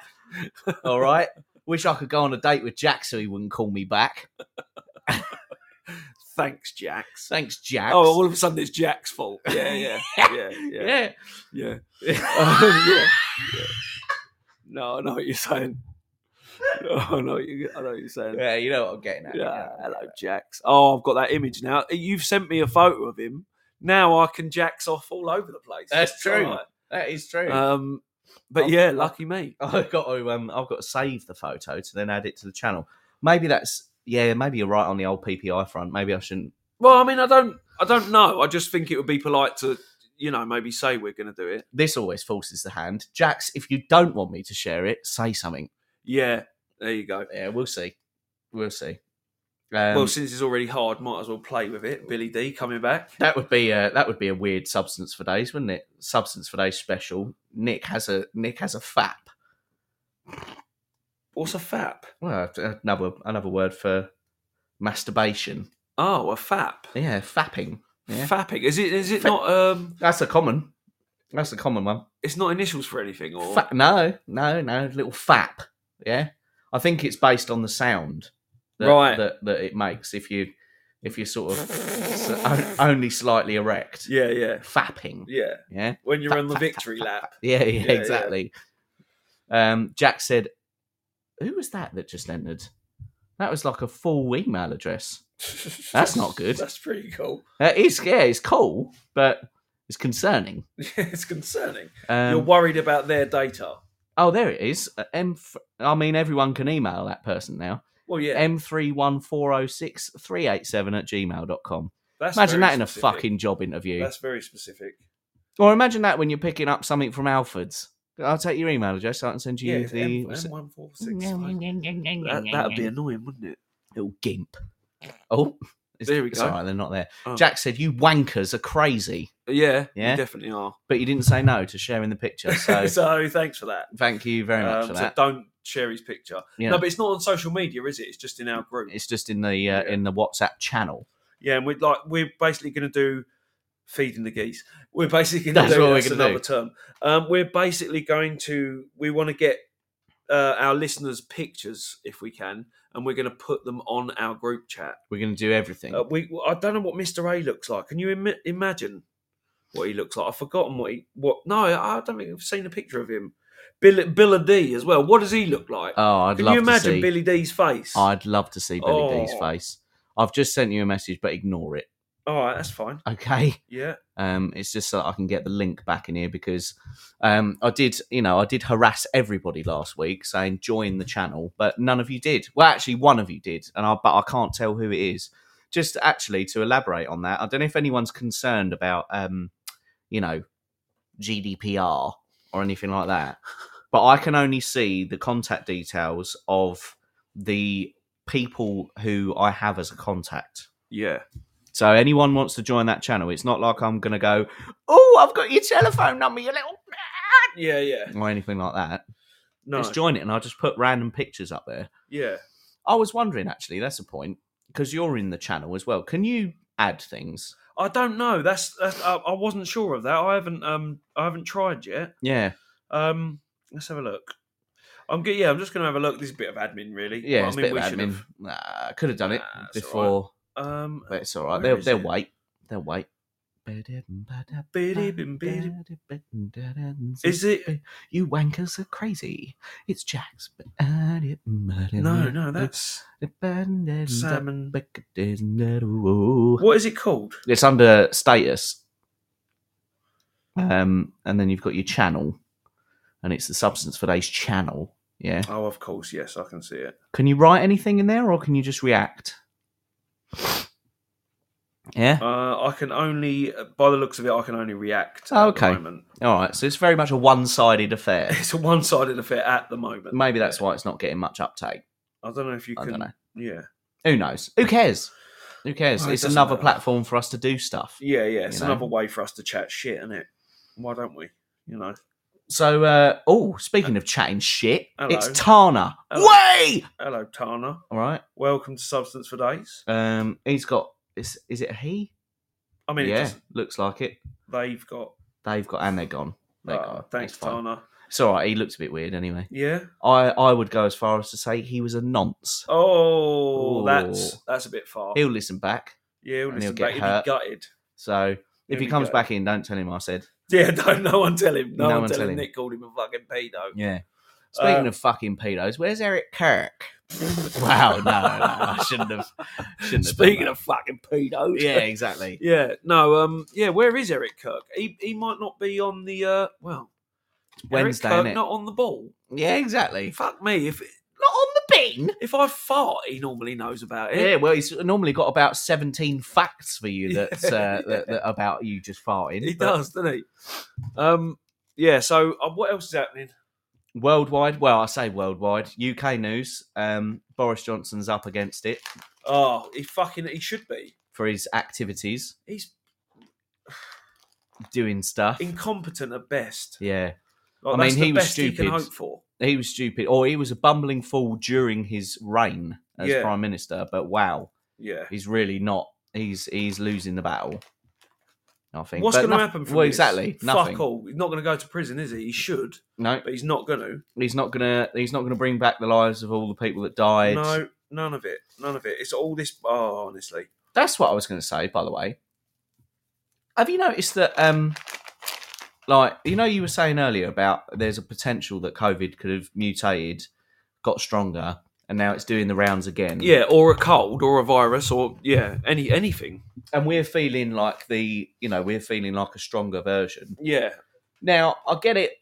B: All right. Wish I could go on a date with Jack so he wouldn't call me back.
A: Thanks, Jax.
B: Thanks, Jack.
A: Oh, all of a sudden it's Jack's fault. Yeah, yeah,
B: [laughs]
A: yeah, yeah,
B: yeah. [laughs]
A: yeah. [laughs] Um, yeah, yeah. No, I know what you're saying. [laughs] No, I know what you, I know what you're saying.
B: yeah, you know what I'm getting at.
A: Yeah, hello, Jax. Oh, I've got that image now. You've sent me a photo of him. Now I can Jax off all over the place.
B: That's
A: It's
B: true.
A: alright.
B: That is true. Oh.
A: Um, but
B: I'm-
A: yeah, lucky me.
B: I've got to um, I've got to save the photo to then add it to the channel. Maybe that's yeah, maybe you're right on the old PPI front. Maybe I shouldn't
A: Well, I mean, I don't, I don't know. I just think it would be polite to, you know, maybe say we're going to do it.
B: this always forces the hand. Jax, if you don't want me to share it, say something.
A: Yeah, there you go.
B: Yeah, we'll see. We'll see. Um,
A: well, since it's already hard, might as well play with it. Billy D coming back.
B: That would be a that would be a weird substance for days, wouldn't it? Substance for days special. Nick has a Nick has a fap.
A: What's a fap?
B: Well, uh, another another word for masturbation.
A: Oh, a fap.
B: Yeah, fapping. Yeah.
A: Fapping. Is it? Is it
B: Fa-
A: not? Um,
B: That's a common. That's a common one.
A: it's not initials for anything, or
B: Fa- no, no, no. Little fap. Yeah, I think it's based on the sound. That,
A: Right.
B: That, that it makes if you if you're sort of so- on- only slightly erect.
A: yeah, yeah,
B: Fapping.
A: yeah.
B: Yeah.
A: When you're
B: Fap,
A: on the
B: fap,
A: victory
B: fap,
A: lap.
B: Yeah, [laughs] yeah,
A: Yeah, yeah.
B: exactly. Um, Jack said, "Who was that that just entered? That was like a full email address. That's not
A: [laughs]
B: good.
A: That's pretty cool.
B: That is, yeah, it's cool, but it's concerning.
A: it's concerning.
B: Um,
A: You're worried about their data.
B: oh, there it is. Uh, M. I mean, everyone can email that person now.
A: Well, yeah.
B: M three one four zero six three eight seven at gmail.com.
A: that's
B: Imagine
A: very
B: that in a
A: specific.
B: fucking job interview.
A: That's very specific.
B: Or imagine that when you're picking up something from Alfred's. I'll take your email address. so I can send you
A: yeah,
B: the
A: M-
B: what's it- [laughs]
A: M146. That, that'd be annoying, wouldn't it?
B: little gimp. Oh, it's,
A: There we
B: it's
A: go.
B: all right, they're not there.
A: Oh.
B: Jack said, "You wankers are crazy,"
A: Yeah,
B: Yeah?
A: you definitely [laughs] are.
B: but you didn't say no to sharing
A: [laughs]
B: the picture. So
A: So, thanks for that.
B: thank you very much
A: Um,
B: for
A: so
B: that.
A: don't share his picture.
B: Yeah.
A: No, but it's not on social media, is it? It's just in our group.
B: It's just in the uh, in the WhatsApp channel.
A: Yeah, and we're like we're basically going to do feeding the geese. We're basically going
B: That's
A: to do
B: what we're
A: that's
B: gonna
A: another term. Um, we're basically going to we want to get uh, our listeners pictures if we can, and we're going to put them on our group chat.
B: We're going to do everything.
A: Uh, we I don't know what Mister A looks like. Can you Im- imagine what he looks like? I've forgotten what he what. No, I don't think I've seen a picture of him. Bill Bill D as well. What does he look like?
B: oh, I'd
A: can
B: love
A: you
B: to see.
A: imagine Billy D's face?
B: I'd love to see Billy D's
A: Oh.
B: face. I've just sent you a message, but ignore it.
A: All right, that's fine.
B: Okay.
A: Yeah,
B: Um, it's just so that I can get the link back in here because um, I did, you know, I did harass everybody last week saying join the channel, but none of you did. Well, actually, one of you did, and I but I can't tell who it is. Just actually to elaborate on that, I don't know if anyone's concerned about, um, you know, GDPR or anything like that, but I can only see the contact details of the people who I have as a contact.
A: yeah.
B: So anyone wants to join that channel, it's not like I'm going to go, oh, I've got your telephone number, you little
A: Yeah, yeah.
B: or anything like that.
A: No.
B: Just join it, and I'll just put random pictures up there.
A: yeah.
B: I was wondering actually, that's a point because you're in the channel as well. Can you add things?
A: I don't know. That's, that's I, I wasn't sure of that. I haven't um I haven't tried yet.
B: Yeah,
A: Um, let's have a look. I'm good. Yeah, I'm just gonna have a look. This is a bit of admin, really.
B: yeah.
A: But,
B: it's a bit of
A: should
B: admin. Nah, could have done it
A: Nah, it's all
B: before,
A: have- Um,
B: but it's all right.
A: Where
B: They'll
A: is
B: they'll
A: it?
B: wait. They'll wait.
A: bidi-bim, bidi- is it?
B: You wankers are crazy. It's Jack's.
A: No,
B: No,
A: no. That's
B: Salmon.
A: salmon. What is it called?
B: It's under status. Um, and then you've got your channel, and it's the substance for today's channel. Yeah.
A: Oh, of course. Yes, I can see it.
B: Can you write anything in there, or can you just react? Yeah.
A: Uh, I can only, by the looks of it, I can only react.
B: Oh,
A: at the
B: okay.
A: moment.
B: All right. So it's very much a one-sided affair.
A: It's a one-sided affair at the moment.
B: Maybe that's why it's not getting much uptake.
A: I don't know if you
B: I
A: can.
B: don't know.
A: Yeah.
B: Who knows? Who cares? Who cares?
A: Well, it
B: it's
A: doesn't
B: another
A: matter.
B: platform for us to do stuff.
A: Yeah, yeah. It's
B: You know?
A: another way for us to chat shit, isn't it? Why don't we? You know.
B: So, uh, oh, speaking of chatting shit,
A: Hello.
B: it's Tana.
A: Hello.
B: Way.
A: Hello, Tana.
B: All right.
A: Welcome to Substance for Days.
B: Um, he's got. Is, is it a he?
A: I mean, it
B: yeah,
A: doesn't-
B: looks like it.
A: they've got.
B: They've got and they're gone. They're
A: Ah,
B: gone.
A: thanks,
B: It's fine.
A: Tana.
B: It's all right. He looks a bit weird anyway.
A: Yeah.
B: I I would go as far as to say he was a nonce.
A: Oh,
B: Ooh.
A: that's that's a bit far.
B: He'll listen back.
A: yeah, he'll
B: and
A: listen
B: he'll get
A: back.
B: hurt.
A: He'll be gutted. [laughs]
B: So if
A: Here
B: he
A: we
B: comes
A: go.
B: back in, don't tell him I said.
A: Yeah, don't. No one tell him. No,
B: No
A: one,
B: one
A: tell
B: tell
A: him,
B: him.
A: Nick called him a fucking pedo.
B: Yeah. Speaking
A: Uh,
B: of fucking pedos, where's Eric Kirk? [laughs] wow, no, no,
A: [laughs]
B: no, I shouldn't have. Shouldn't have done
A: Speaking
B: that.
A: of fucking pedos.
B: yeah, exactly.
A: [laughs] Yeah. No. Um. Yeah. Where is Eric Kirk? He he might not be on the. Uh. Well.
B: Wednesday,
A: Eric
B: innit?
A: Kirk not on the ball.
B: Yeah, exactly.
A: Fuck me. If
B: Not on the bean.
A: If I fart, he normally knows about
B: Yeah,
A: it.
B: well, he's normally got about seventeen facts for
A: [laughs]
B: you
A: Yeah,
B: that's uh, That, that about you just farting.
A: he
B: but-
A: does, doesn't he? Um, yeah. So uh, what else is happening?
B: worldwide well i say worldwide uk news um boris johnson's up against it
A: Oh, he fucking he should be.
B: for his activities
A: He's
B: doing stuff
A: incompetent at best.
B: yeah
A: Like,
B: I mean,
A: that's the
B: he was
A: best He can
B: stupid.
A: hope for.
B: he was stupid or he was a bumbling fool during his reign as
A: Yeah.
B: prime minister but wow
A: Yeah.
B: he's really not he's he's losing the battle i think
A: What's
B: But
A: going to
B: noth-
A: happen from
B: well
A: this?
B: exactly nothing
A: Fuck all. He's not going to go to prison, is he? He should,
B: no
A: but he's not going to.
B: he's not gonna he's not gonna bring back the lives of all the people that died
A: No, none of it. None of it. It's all this. Oh, honestly.
B: That's what I was going to say, by the way. Have you noticed that, um, like, you know, you were saying earlier about there's a potential that COVID could have mutated, got stronger, and now it's doing the rounds again.
A: Yeah, or a cold, or a virus, or yeah, any anything.
B: and we're feeling like the you know we're feeling like a stronger version.
A: Yeah,
B: Now I get it.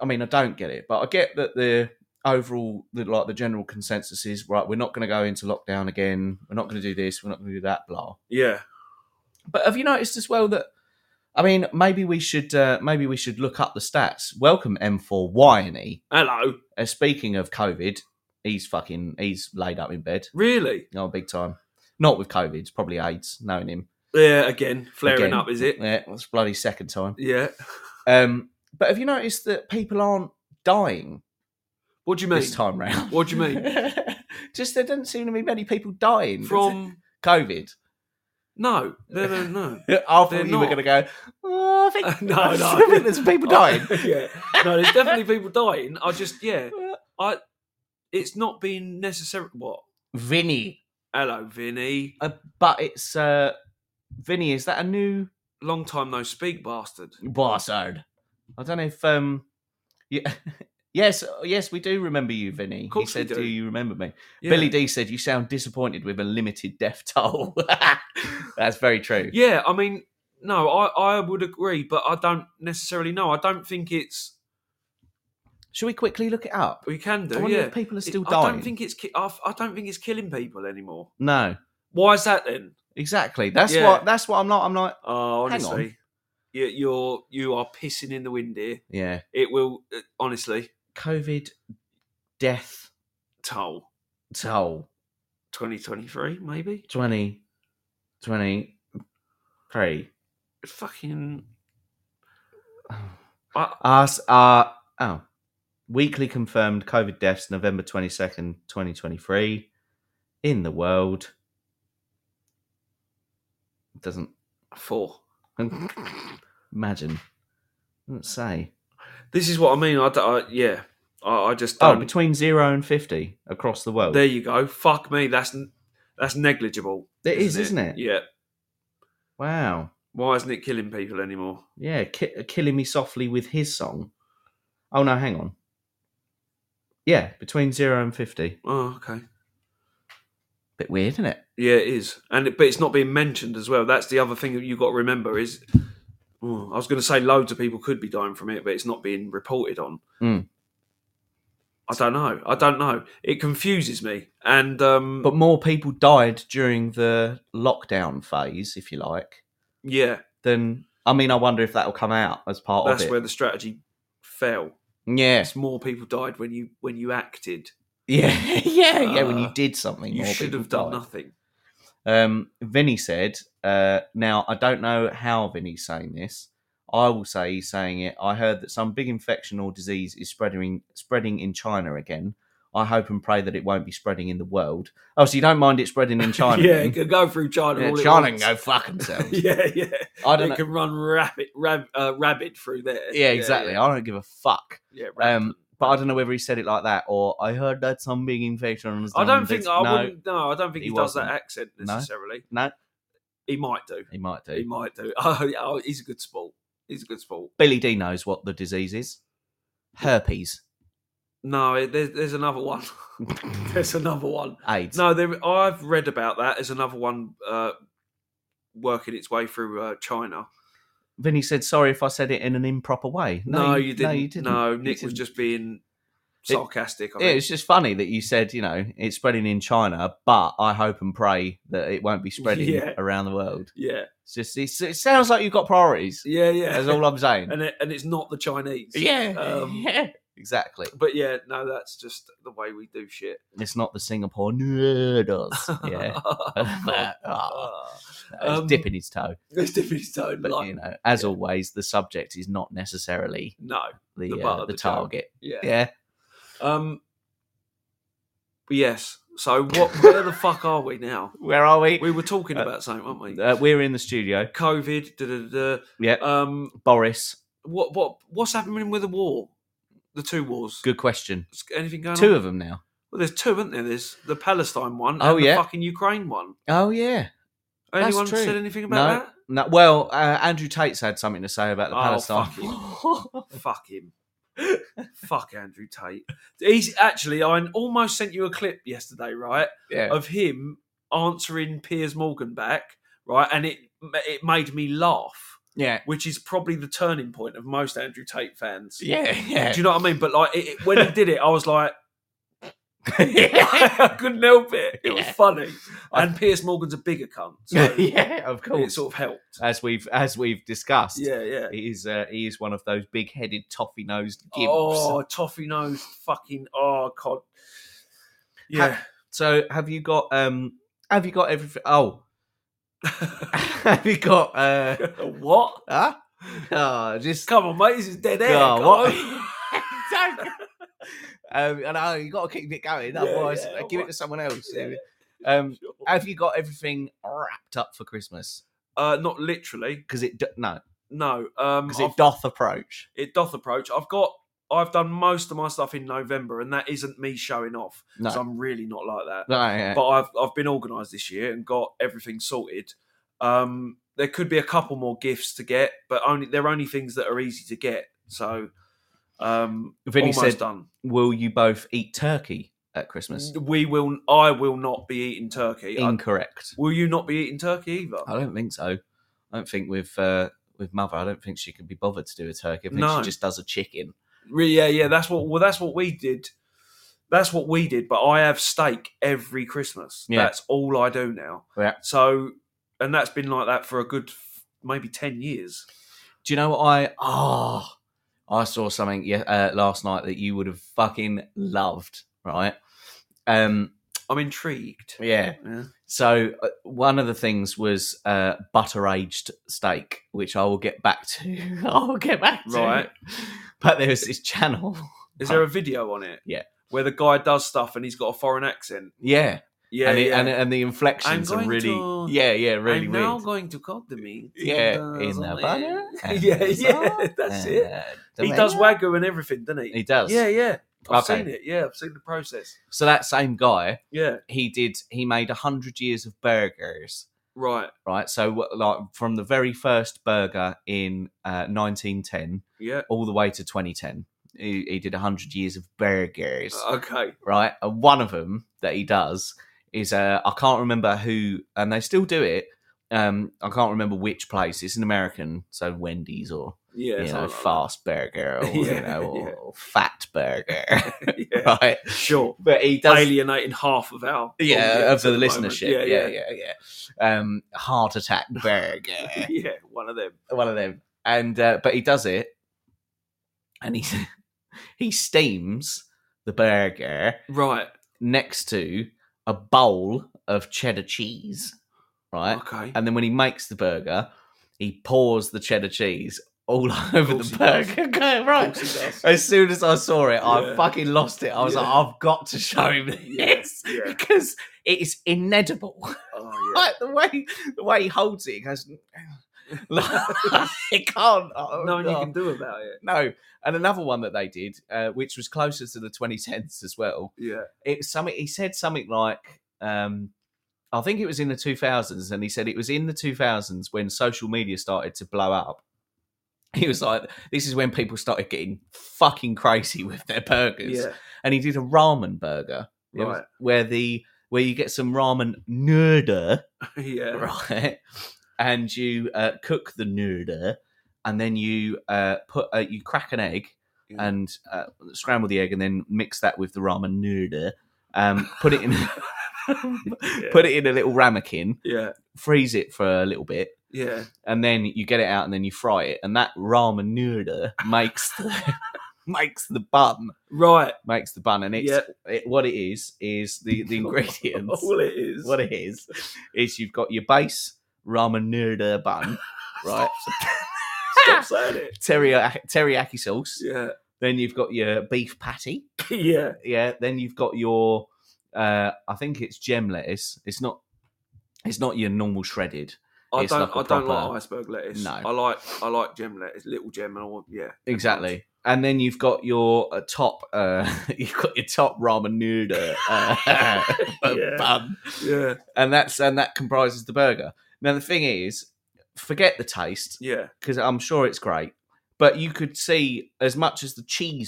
B: I mean, I don't get it, but I get that the overall the, like the general consensus is right. We're not going to go into lockdown again. We're not going to do this. We're not going to do that. Blah.
A: yeah,
B: But have you noticed as well that I mean, maybe we should uh, maybe we should look up the stats. Welcome M4 Wyany.
A: hello,
B: Uh, speaking of COVID, he's fucking he's laid up in bed.
A: really?
B: Oh, big time. Not with COVID, it's probably AIDS. Knowing him,
A: Yeah, again, flaring
B: Again.
A: up, is it?
B: yeah, that's bloody second time.
A: Yeah.
B: Um, but have you noticed that people aren't dying
A: What do you mean?
B: this time round?
A: What do you mean?
B: [laughs] Just there doesn't seem to be many people dying
A: From
B: COVID.
A: no, no, no, [laughs] no.
B: I thought
A: They're
B: you
A: not.
B: were going to go. "Oh, I [laughs] think
A: No,
B: I
A: no.
B: think there's [laughs] people dying.
A: [laughs] yeah, no, there's definitely people dying. I just
B: [laughs]
A: yeah, I. It's not been necessary. What?
B: Vinny.
A: Hello, Vinny.
B: Uh, but it's uh, Vinny. Is that a new
A: Long time no speak, bastard.
B: bastard? I don't know if um, yeah, [laughs] yes, yes, we do remember you, Vinny. He
A: course we
B: said,
A: do.
B: do. you remember me?"
A: Yeah.
B: Billy D said, "You sound disappointed with a limited death toll." [laughs] That's very true.
A: Yeah, I mean, no, I I would agree, but I don't necessarily know. I don't think it's
B: Should we quickly look it up?
A: we can
B: I
A: do.
B: wonder
A: Yeah,
B: if people are
A: It-
B: still dying.
A: I don't think it's ki- I, f- I don't think it's killing people anymore.
B: No,
A: Why is that then?
B: exactly. That's
A: Yeah.
B: what. That's what I'm not. I'm not.
A: Oh,
B: Hang on.
A: honestly, you, you're you are pissing in the wind here.
B: Yeah.
A: It will uh, honestly
B: COVID death
A: toll.
B: toll
A: 2023, maybe?
B: 20, 23.
A: Fucking.
B: Us are oh weekly confirmed COVID deaths November twenty second, twenty twenty three, in the world. Doesn't [laughs]
A: Four.
B: imagine. Doesn't say.
A: This is what I mean. I, d- I- yeah, I, I just
B: Oh,
A: don't.
B: between zero and fifty across the world.
A: there you go. Fuck me. That's n- that's negligible.
B: It is, isn't it?
A: Yeah.
B: Wow.
A: Why isn't it killing people anymore?
B: Yeah, ki- killing me softly with his song. Oh no, hang on. Yeah, between zero and fifty.
A: Oh, okay.
B: Bit weird, isn't it?
A: Yeah, it is, and it, but it's not being mentioned as well. That's the other thing that you got to remember is, Ooh, I was going to say loads of people could be dying from it, but it's not being reported on.
B: Mm.
A: I don't know. I don't know. It confuses me, and um,
B: But more people died during the lockdown phase, if you like.
A: yeah,
B: Than I mean, I wonder if that'll come out as part
A: that's
B: of it.
A: where the strategy fell.
B: yeah,
A: It's more people died when you when you acted.
B: [laughs] yeah, yeah, yeah. When you
A: Uh,
B: did something,
A: You
B: more
A: should
B: people
A: have done
B: died.
A: nothing.
B: Um, Vinny said, uh, now I don't know how Vinny's saying this. I will say he's saying it. I heard that some big infection or disease is spreading spreading in China again. I hope and pray that it won't be spreading in the world. Oh, so you don't mind it spreading
A: [laughs]
B: in China?
A: yeah,
B: then?
A: it could go through China.
B: Yeah,
A: all it
B: China can
A: wants.
B: go
A: [laughs]
B: fuck themselves.
A: yeah, yeah.
B: I
A: It
B: don't. Know.
A: can run rapid, rab, uh, rabid through there.
B: Yeah, exactly.
A: Yeah,
B: I don't give a fuck.
A: yeah, rabid.
B: Um, but I don't know whether he said it like that or I heard that some big infection. was
A: I
B: done
A: don't think
B: this-
A: I
B: no,
A: wouldn't. No, I don't think he,
B: he
A: does that
B: wasn't.
A: accent
B: No?
A: necessarily.
B: No,
A: He might do.
B: he might do.
A: He might do. [laughs] Oh, yeah, oh, he's a good sport. He's a good sport.
B: Billy D knows what the disease is.
A: [laughs]
B: Herpes,
A: No, there's there's another one. [laughs] there's another one.
B: AIDS.
A: No, there, I've read about that. There's another one uh, working its way through uh, China.
B: Vinny said, "Sorry if I said it in an improper way."
A: No, you, didn't.
B: No, you didn't.
A: No,
B: You
A: Nick was
B: didn't.
A: just being sarcastic. I
B: Yeah,
A: think.
B: it's just funny that you said, you know, it's spreading in China, but I hope and pray that it won't be spreading
A: Yeah.
B: around the world.
A: Yeah,
B: It's just, it's, it sounds like you've got priorities.
A: yeah, yeah.
B: That's all I'm saying.
A: [laughs] and it, and it's not the Chinese.
B: yeah,
A: Um,
B: [laughs] yeah, exactly.
A: But yeah, no, that's just the way we do shit.
B: It's not the Singapore noodles.
A: [laughs]
B: Yeah, [laughs] Ah,
A: Ah.
B: he's
A: Um,
B: dipping his toe.
A: It's different stone,
B: [laughs] But
A: like,
B: you know, as always, the subject is not necessarily
A: no,
B: the
A: The
B: the,
A: butt
B: uh,
A: of
B: the
A: the joke.
B: target.
A: yeah.
B: Yeah,
A: Um, but yes. So what? Where the fuck are we now?
B: where are we?
A: We were talking
B: [laughs] Uh,
A: about something, weren't we?
B: Uh, we're in the studio.
A: COVID. Da, da,
B: Yeah,
A: da. Um,
B: Boris.
A: what what what's happening with the war? The two wars.
B: Good question.
A: Is Anything going
B: Two
A: on?
B: of them now.
A: Well, there's two, isn't there? There's the Palestine one.
B: Oh,
A: and
B: yeah.
A: The fucking Ukraine one.
B: Oh yeah. That's
A: Anyone
B: true.
A: said anything about
B: No, well, uh, Andrew Tate's had something to say about the
A: Oh, [laughs]
B: Palestine.
A: fuck that? Fuck him. Fuck Andrew Tate. He's actually, I almost sent you a clip yesterday, right,
B: Yeah.
A: of him answering Piers Morgan back, right, and it it made me laugh, [laughs]
B: Yeah.
A: which is probably the turning point of most Andrew Tate fans.
B: Yeah. Yeah.
A: Do
B: [laughs]
A: you know what I mean? But like it, it- when he did it, I was like, [laughs]
B: yeah.
A: I couldn't help it. It was
B: Yeah.
A: funny. And Piers Morgan's a bigger cunt,
B: [laughs]
A: so
B: Of
A: it
B: course.
A: sort of helped.
B: As we've as we've discussed.
A: Yeah, yeah.
B: He is uh, he is one of those big headed toffee nosed gimps.
A: Oh, toffee nose, fucking oh god. Yeah.
B: So have you got um have you got everything oh [laughs] have you got uh
A: [laughs] what?
B: huh? Oh, just
A: Come on, mate. This is dead air.
B: Oh,
A: come
B: what?
A: on.
B: Don't- [laughs] um I know you gotta keep it going,
A: Yeah,
B: otherwise
A: yeah,
B: uh, give it
A: alright.
B: to someone else.
A: Yeah,
B: Um
A: Sure.
B: have you got everything wrapped up for Christmas?
A: [laughs] Uh, not literally.
B: Because it do- no,
A: No. Um,
B: because
A: I've-
B: it doth approach.
A: it doth approach. I've got. I've done most of my stuff in November, and that isn't me showing off.
B: No,
A: So I'm really not like that.
B: no, yeah.
A: But I've I've been organised this year and got everything sorted. Um, there could be a couple more gifts to get, but only they're only things that are easy to get. So, um,
B: Vinny
A: almost
B: said,
A: done.
B: "Will you both eat turkey at Christmas?"
A: We will. I will not be eating turkey. I-
B: Incorrect.
A: will you not be eating turkey either?
B: I don't think so. I don't think with uh, with mother. I don't think she could be bothered to do a turkey. I think
A: No.
B: she just does a chicken.
A: Re- Yeah, yeah. That's what. Well, that's what we did. That's what we did. But I have steak every Christmas.
B: Yeah.
A: That's all I do now.
B: Yeah.
A: So, and that's been like that for a good f- maybe ten years.
B: Do you know what I? Ah, I saw something ye- uh, last night that you would have fucking loved, right? Um,
A: I'm intrigued.
B: yeah.
A: Yeah.
B: So uh, one of the things was uh, butter aged steak, which I will get back to. [laughs] I will get back to.
A: Right.
B: But there was this channel. [laughs]
A: Is there a video on it?
B: Yeah.
A: Where the guy does stuff and he's got a foreign accent.
B: Yeah.
A: Yeah,
B: and, it,
A: yeah.
B: and and the inflections are
A: going
B: really.
A: to-
B: yeah. Yeah. Really
A: I'm
B: weird.
A: now going to cut the meat.
B: Yeah,
A: And, uh,
B: in the
A: something-
B: butter.
A: [laughs]
B: and
A: Yeah,
B: the
A: yeah,
B: salt,
A: [laughs] that's
B: and,
A: it.
B: uh,
A: He does
B: tomato.
A: wagyu and everything, doesn't he?
B: He does.
A: Yeah, yeah. I've
B: Okay.
A: seen it. Yeah, I've seen the process.
B: So that same guy,
A: Yeah,
B: he did. He made a hundred years of burgers.
A: right.
B: Right. So what- like from the very first burger in uh, 1910
A: Yeah.
B: all the way to 2010. He, he did 100 years of burgers,
A: Okay.
B: right? And one of them that he does is, uh, I can't remember who, and they still do it. Um, I can't remember which place. It's an American, so Wendy's or
A: Yeah.
B: you
A: something
B: know,
A: like that.
B: fast burger or you
A: Yeah,
B: know, or
A: yeah.
B: fat burger,
A: [laughs]
B: [laughs]
A: Yeah.
B: right?
A: Sure.
B: But he [laughs] does,
A: Alienating half of our
B: yeah, of
A: audience
B: the
A: at moment.
B: listenership, yeah, yeah, yeah, Um,
A: [laughs]
B: heart attack burger,
A: yeah. One of them.
B: one of them, and uh, but he does it, and he [laughs] he steams the burger
A: Right.
B: next to a bowl of cheddar cheese, right?
A: Okay.
B: And then when he makes the burger, he pours the cheddar cheese all [laughs] over
A: course
B: the
A: he does.
B: burger. [laughs] Okay,
A: Of course he does.
B: right. As soon as I saw it, I
A: Yeah.
B: fucking lost it. I was
A: Yeah.
B: like, I've got to show him
A: Yeah,
B: this
A: [laughs] yeah.
B: because it is inedible. [laughs]
A: Oh, yeah.
B: Like the way the way he holds it,
A: [laughs]
B: he goes. [laughs] like, it can't. Oh,
A: Nothing you
B: God.
A: can do about it.
B: No. And another one that they did, uh, which was closer to the 2010s as well,
A: Yeah.
B: it was something he said something like um i think it was in the 2000s and he said it was in the 2000s when social media started to blow up [laughs] he was like this is when people started getting fucking crazy [laughs] with their burgers
A: Yeah.
B: and he did a ramen burger It was-
A: Right.
B: where the where you get some ramen noodle
A: [laughs] Yeah.
B: [laughs] right and you uh, cook the noodle and then you uh, put uh, you crack an egg
A: Yeah.
B: and uh, scramble the egg and then mix that with the ramen noodle um, put it in
A: [laughs] Yeah.
B: [laughs] put it in a little ramekin
A: Yeah.
B: freeze it for a little bit
A: Yeah.
B: and then you get it out and then you fry it and that ramen noodle makes the [laughs] makes the bun [laughs]
A: Right.
B: makes the bun and it's it, what it is is the
A: [laughs]
B: the ingredients
A: All it is.
B: what it is is you've got your base ramen noodle bun,
A: [laughs]
B: right? [laughs]
A: Stop saying it.
B: teriyaki, teriyaki sauce.
A: Yeah. [laughs]
B: Then you've got your beef patty.
A: Yeah.
B: Yeah. Then you've got your, uh, I think it's gem lettuce. It's not. It's not your normal shredded.
A: I
B: It's
A: don't.
B: like a
A: I don't like
B: proper-
A: iceberg lettuce.
B: No.
A: I like. I like gem lettuce. Little gem, and I want. Yeah.
B: Exactly. And then you've got your uh, top. Uh, [laughs] you've got your top ramen noodle uh,
A: [laughs]
B: [laughs]
A: Yeah.
B: bun.
A: Yeah.
B: and that's and that comprises the burger. Now the thing is, forget the taste.
A: Yeah.
B: because I'm sure it's great. But you could see as much as the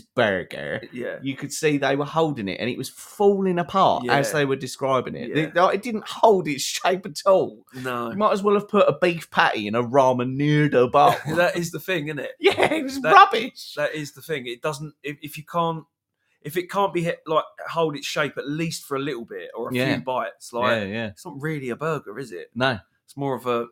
B: cheeseburger,
A: Yeah.
B: you could see they were holding it and it was falling apart as
A: Yeah.
B: they were describing it.
A: Yeah.
B: They- like, it didn't hold its shape at all.
A: No.
B: [laughs] You might as well have put a beef patty in a ramen noodle
A: [laughs]
B: bowl. [laughs]
A: that is the thing, isn't it?
B: yeah, it was
A: That-
B: rubbish.
A: That is the thing. It doesn't if, if you can't if it can't be hit, like hold its shape at least for a little bit or a
B: Yeah.
A: few bites, like
B: yeah, yeah.
A: it's not really a burger, is it?
B: No.
A: It's more of a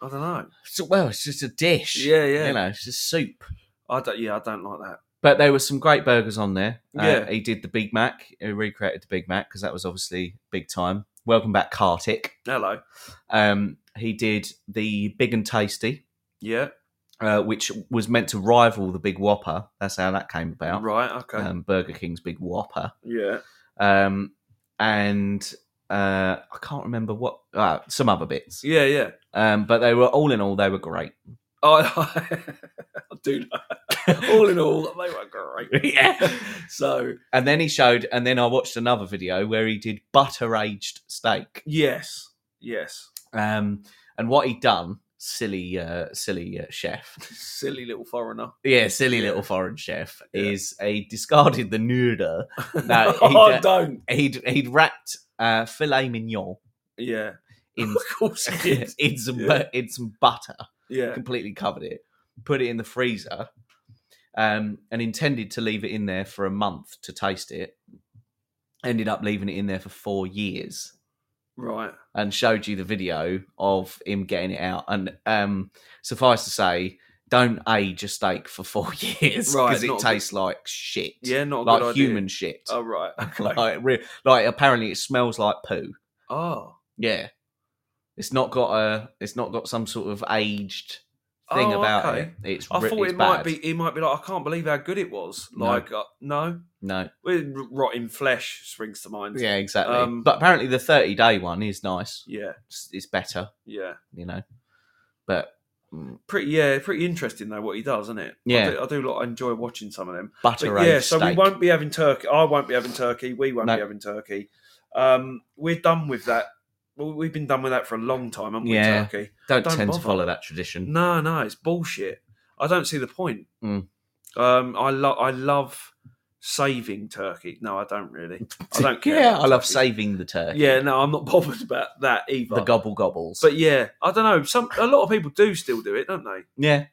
A: I don't know.
B: So, well, it's just a dish.
A: Yeah, yeah.
B: You know, it's just soup.
A: I don't. Yeah, I don't like that.
B: But there were some great burgers on there. Uh,
A: Yeah.
B: he did the Big Mac. He recreated the Big Mac because that was obviously big time. Welcome back, Kartik.
A: Hello.
B: Um, he did the Big and Tasty,
A: Yeah.
B: uh, which was meant to rival the Big Whopper. That's how that came about.
A: Right. Okay.
B: Um, Burger King's Big Whopper.
A: yeah.
B: Um, and uh, I can't remember what, uh, some other bits.
A: Yeah. Yeah.
B: Um, but they were all in all, they were great. [laughs]
A: I, [laughs] I, I do. Know. [laughs] All in all, they were great.
B: yeah.
A: So
B: And then he showed, and then I watched another video where he did butter aged steak.
A: yes, yes.
B: Um, and what he'd done, silly, uh, silly uh, chef, [laughs]
A: Silly little foreigner.
B: yeah, silly
A: Yeah.
B: little foreign chef,
A: Yeah.
B: is he discarded the noodle.
A: [laughs]
B: No, he
A: I
B: don't-
A: don't.
B: He'd he'd wrapped uh, filet mignon
A: Yeah, [laughs]
B: in
A: of course
B: [laughs]
A: he did.
B: in some
A: Oh, Yeah.
B: bu- in some butter,
A: Yeah,
B: completely covered it, put it in the freezer, um, and intended to leave it in there for a month to taste it. Ended up leaving it in there for four years.
A: right.
B: and showed you the video of him getting it out. And um, suffice to say, don't age a steak for four [laughs] years because
A: Right,
B: it
A: not a good-
B: tastes like shit,
A: Yeah, not a
B: like
A: good idea.
B: human shit.
A: Oh right. Okay.
B: [laughs] Like, re- like apparently, it smells like poo.
A: Oh.
B: Yeah, it's not got a, it's not got some sort of aged thing
A: Oh,
B: about
A: okay.
B: it. It's,
A: I
B: re-
A: thought
B: it's
A: it
B: bad.
A: might be. It might be like I can't believe how good it was.
B: No.
A: Like uh, no,
B: no,
A: well, rotting flesh springs to mind.
B: yeah, exactly.
A: Um,
B: but apparently, the thirty day one is nice.
A: yeah,
B: It's, it's better,
A: yeah.
B: you know. But
A: Pretty, yeah, pretty interesting though what he does, isn't it?
B: Yeah.
A: I do, I do like, enjoy watching some of them.
B: butter
A: But
B: aged
A: yeah, so we
B: steak.
A: won't be having turkey. I won't be having turkey. We won't
B: No.
A: be having turkey. Um, we're done with that. Well, we've been done with that for a long time, haven't we?
B: Yeah.
A: Turkey.
B: don't,
A: don't
B: tend to
A: bother.
B: follow that tradition.
A: No, no, it's bullshit. I don't see the point.
B: Mm.
A: Um, I love, I love saving turkey. No, I don't really.
B: [laughs]
A: I don't care.
B: Yeah,
A: about
B: I love
A: turkey.
B: saving the turkey.
A: Yeah, no, I'm not [laughs] bothered about that either.
B: the gobble gobbles.
A: but yeah, I don't know. Some a lot of people do still do it, don't they?
B: yeah,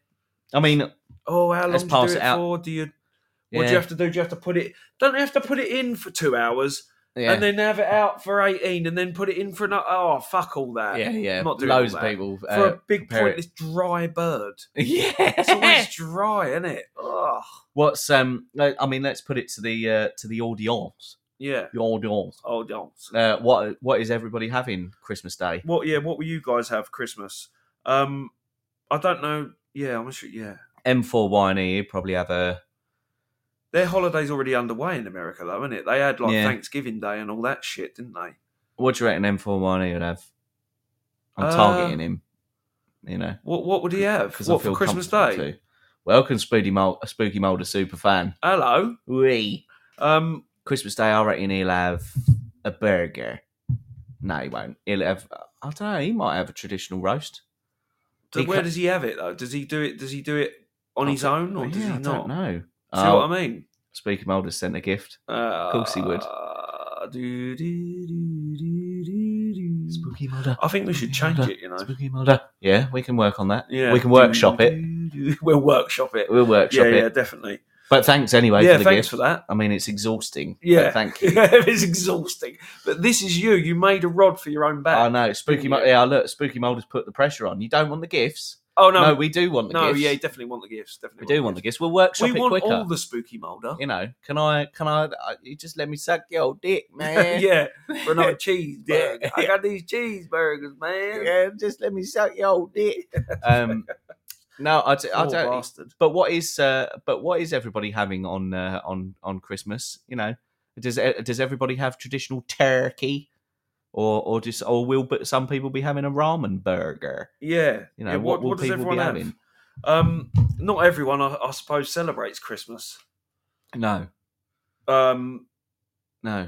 B: I mean,
A: Oh, how long
B: Let's
A: do you
B: pass
A: do
B: it
A: it
B: out.
A: for? Do you? What
B: yeah,
A: do you have to do? Do you have to put it? Don't you have to put it in for two hours?
B: yeah,
A: and then have it out for 18 and then put it in for another. Oh, fuck all that.
B: yeah, yeah.
A: not doing
B: Loads
A: all
B: of
A: that.
B: people.
A: For
B: Uh, [laughs]
A: a big
B: prepare
A: pointless dry
B: [laughs]
A: bird. It's
B: yeah.
A: always dry, isn't it? Ugh.
B: What's um? le- I mean, let's put it to the uh, to the audience.
A: Yeah.
B: The audience.
A: Oh, don't.
B: Uh, what what is everybody having Christmas Day?
A: What, yeah, what will you guys have Christmas? Um, I don't know. Yeah, I'm sure. Yeah.
B: M4 Winey E, probably have a
A: Their holiday's already underway in America, though, isn't it? They had like
B: Yeah.
A: Thanksgiving Day and all that shit, didn't they?
B: what do you reckon M4 Winey E would have? I'm
A: Uh,
B: targeting him. You know,
A: What What would he have?
B: because I
A: What
B: feel
A: for Christmas Day?
B: comfortable to. Welcome, Spooky Mold, Spooky Molder super fan.
A: Hello.
B: Wee.
A: Um,
B: Christmas Day, I reckon he'll have a burger. No, he won't. He'll have. I don't know. He might have a traditional roast.
A: do-
B: He
A: where
B: ca-
A: does he have it though? Does he do it? Does he do it on
B: I
A: his
B: don't-
A: own or
B: Yeah,
A: does he
B: I
A: not?
B: don't know.
A: See
B: Oh,
A: what I mean?
B: Speaking of has sent a gift.
A: Uh, of
B: course he would.
A: Do, do, do, do, do, do.
B: Spooky Mulder.
A: Hmm. I think we should change it, you know.
B: Spooky Mulder. Yeah, we can work on that.
A: Yeah,
B: we can workshop it.
A: it. [laughs] We'll workshop it.
B: We'll workshop
A: yeah,
B: it.
A: yeah, definitely.
B: But thanks anyway
A: yeah,
B: for the
A: thanks
B: gift.
A: for that.
B: I mean, it's exhausting. but
A: Yeah. [laughs]
B: thank you.
A: it's exhausting, but this is you. You made a rod for your own back.
B: I know. Spooky Mulder. Yeah, look, Spooky Mulder's put the pressure on. You don't want the gifts.
A: oh
B: No,
A: no,
B: we do want the
A: no,
B: gifts.
A: yeah, you definitely want the gifts.
B: we
A: Definitely,
B: do want the gifts. We'll workshop
A: We
B: it
A: want
B: quicker.
A: all the spooky molder.
B: you know, can I, can I, I you just let me suck your
A: [laughs]
B: dick, man.
A: yeah, for another
B: [laughs]
A: cheeseburger.
B: Yeah.
A: I got these cheeseburgers, man.
B: Yeah, just let me suck your dick. Um, no, I, d- I
A: Poor
B: don't.
A: bastard.
B: But what is, uh, but what is everybody having on, uh, on, on Christmas? You know, does, e- does everybody have traditional turkey? Or, or just or will but some people be having a ramen burger?
A: Yeah,
B: You know
A: yeah,
B: what, will
A: does
B: people be
A: everyone have?
B: having?
A: Um, not everyone, I, I suppose, celebrates Christmas.
B: No,
A: Um,
B: no.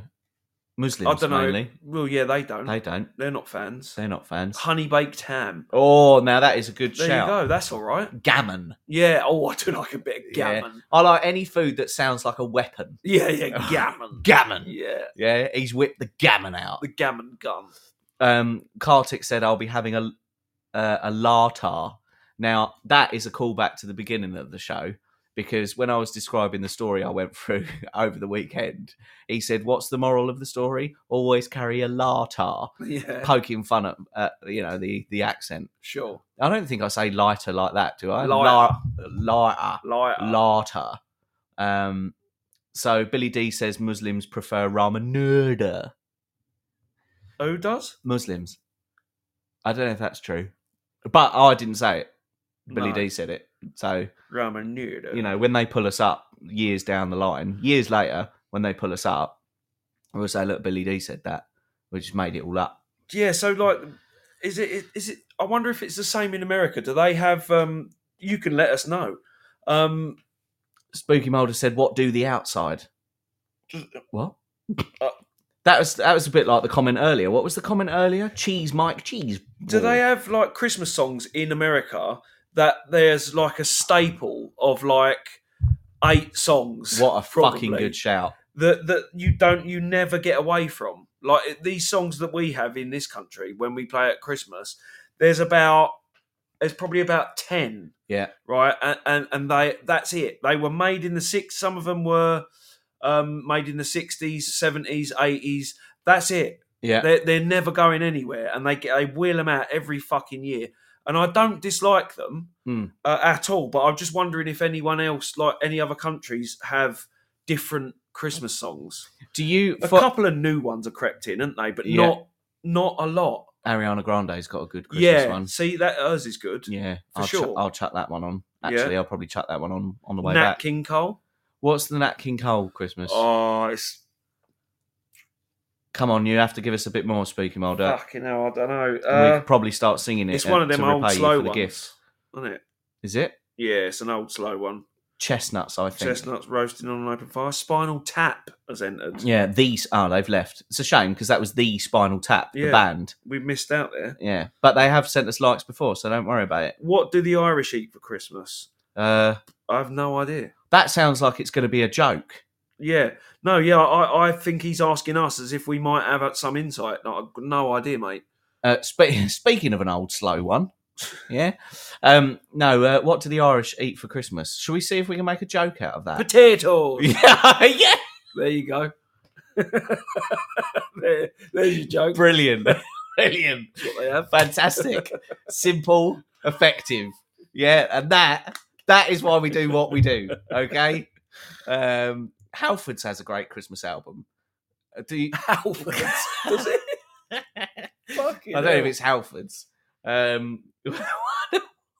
B: Muslims
A: I don't know.
B: mainly.
A: Well, yeah, they don't.
B: They don't.
A: They're not fans.
B: They're not fans.
A: Honey baked ham.
B: Oh, now that is a good
A: There
B: shout.
A: you go. That's all right.
B: Gammon.
A: Yeah. Oh, I do like a bit of
B: Yeah.
A: gammon.
B: I like any food that sounds like a weapon.
A: Yeah, yeah,
B: [laughs]
A: gammon.
B: Gammon.
A: yeah,
B: Yeah, he's whipped the gammon out.
A: the gammon gun.
B: [laughs] Um, Kartik said, "I'll be having a uh, a lartar." Now that is a callback to the beginning of the show because when I was describing the story I went [laughs] through over the weekend, he said, "What's the moral of the story? Always carry a lartar."
A: Yeah,
B: Poking fun at uh, you know the the accent.
A: sure.
B: I don't think I say lighter like that, do I?
A: Lighter.
B: La- lighter.
A: Lighter.
B: Larter. Um, so Billy D says Muslims prefer ramen noodle.
A: Who oh, does?
B: Muslims. I don't know if that's true, but oh, I didn't say it. Billy
A: No.
B: D said it. So
A: Ramen noodle.
B: you know when they pull us up years down the line, years later when they pull us up, I will say, look, Billy D said that. We just made it all up.
A: Yeah. So like, is it is it? I wonder if it's the same in America. Do they have? um You can let us know. Um
B: Spooky Mulder said, "What do the outside?" What?
A: Uh,
B: that was that was a bit like the comment earlier. What was the comment earlier? Cheese, Mike, cheese.
A: Do
B: ball.
A: they have like Christmas songs in America that there's like a staple of like eight songs?
B: What a
A: probably,
B: fucking good shout!
A: that that you don't you never get away from. Like it- these songs that we have in this country when we play at Christmas, there's about there's probably about ten,
B: Yeah,
A: right? And and, and they that's it. They were made in the six. Some of them were um, made in the sixties, seventies, eighties. That's it.
B: yeah.
A: They're, they're never going anywhere, and they get, they wheel them out every fucking year. And I don't dislike them
B: Hmm.
A: uh, at all, but I'm just wondering if anyone else, like any other countries, have different Christmas songs.
B: Do you?
A: A
B: fo-
A: couple of new ones have crept in, haven't they? But
B: Yeah.
A: not not a lot.
B: Ariana Grande's got a good Christmas
A: yeah,
B: one.
A: see that hers is good.
B: Yeah,
A: For
B: I'll chu-
A: sure.
B: I'll chuck that one on.
A: Yeah.
B: Actually, I'll probably chuck that one on on the way
A: Nat
B: back.
A: King Cole.
B: What's the Nat King Cole Christmas?
A: Oh, it's
B: Come on, you have to give us a bit more, Spooky Mulder.
A: fucking hell. I don't know.
B: And uh, we
A: Uh,
B: could probably start singing it.
A: it's
B: uh,
A: one of them
B: to repay
A: old
B: you
A: slow
B: for the
A: ones,
B: gift.
A: isn't it?
B: Is it
A: Yeah, it's an old slow one.
B: chestnuts? I think
A: Chestnuts roasting on an open fire. Spinal Tap has entered.
B: Yeah, these. Oh, they've left. It's a shame because that was the Spinal Tap, the
A: Yeah.
B: band.
A: We missed out there.
B: Yeah, but they have sent us likes before, so don't worry about it.
A: What do the Irish eat for Christmas?
B: Uh,
A: I have no idea.
B: that sounds like it's going to be a joke.
A: Yeah, no, yeah, I, I think he's asking us as if we might have some insight. No, I've got no idea, mate.
B: Uh, spe- [laughs] speaking of an old slow one, yeah. Um, no, uh, what do the Irish eat for Christmas? Shall we see if we can make a joke out of
A: [laughs]
B: that?
A: Potatoes.
B: [laughs] yeah, yeah,
A: there you go. [laughs] there, there's your joke.
B: brilliant, brilliant,
A: That's what they have.
B: fantastic, simple, effective. Yeah, and that that is why we do what we do. Okay. Um, Halfords has a great Christmas album. Uh, Do you, [laughs]
A: Halfords. [laughs] Does it? [laughs] Fucking
B: I don't know if
A: hell.
B: it's Halfords. Um, [laughs]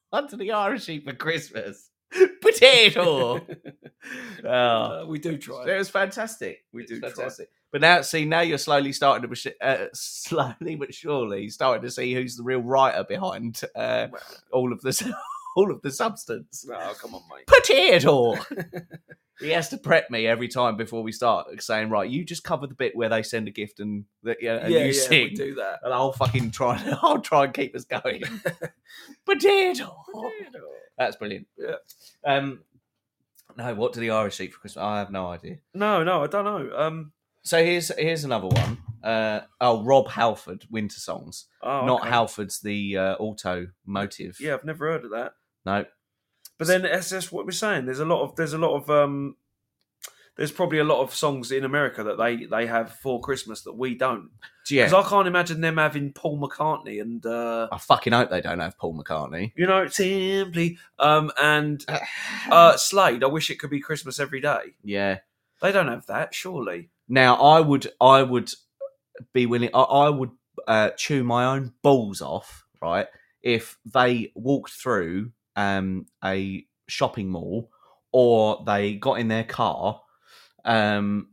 B: what do the Irish eat for Christmas? [laughs] Potato.
A: [laughs]
B: oh,
A: Uh, we do try.
B: it
A: it.
B: was fantastic.
A: We
B: It's
A: do try.
B: fantastic. But now, see, now you're slowly starting to, bes- uh, [laughs] slowly but surely, starting to see who's the real writer behind uh,
A: Well,
B: all of this, [laughs] all of the substance.
A: No, come on, mate.
B: [laughs] Potato. he has to prep me every time before we start, saying, "Right, you just cover the bit where they send a gift and that, yeah, and
A: yeah,
B: you
A: yeah,
B: sing."
A: we do that.
B: and I'll fucking try. I'll try and [laughs] keep
A: [laughs]
B: us going. Potato. That's brilliant.
A: Yeah.
B: Um, no, what do the Irish eat for Christmas? I have no idea.
A: No, no, I don't know. Um,
B: So here's here's another one. Uh, oh, Rob Halford, Winter Songs.
A: oh,
B: Not
A: okay.
B: Halford's the uh, automotive.
A: Yeah, I've never heard of that.
B: No.
A: But then that's just what we're saying. There's a lot of there's a lot of um there's probably a lot of songs in America that they they have for Christmas that we don't.
B: Yeah.
A: Because I can't imagine them having Paul McCartney and uh
B: I fucking hope they don't have Paul McCartney.
A: you know simply um and uh Slade. I wish it could be Christmas every day.
B: yeah.
A: They don't have that, surely. [laughs]
B: Now, I would, I would be willing. I, I would uh, chew my own balls off, right? If they walked through um, a shopping mall or they got in their car, um,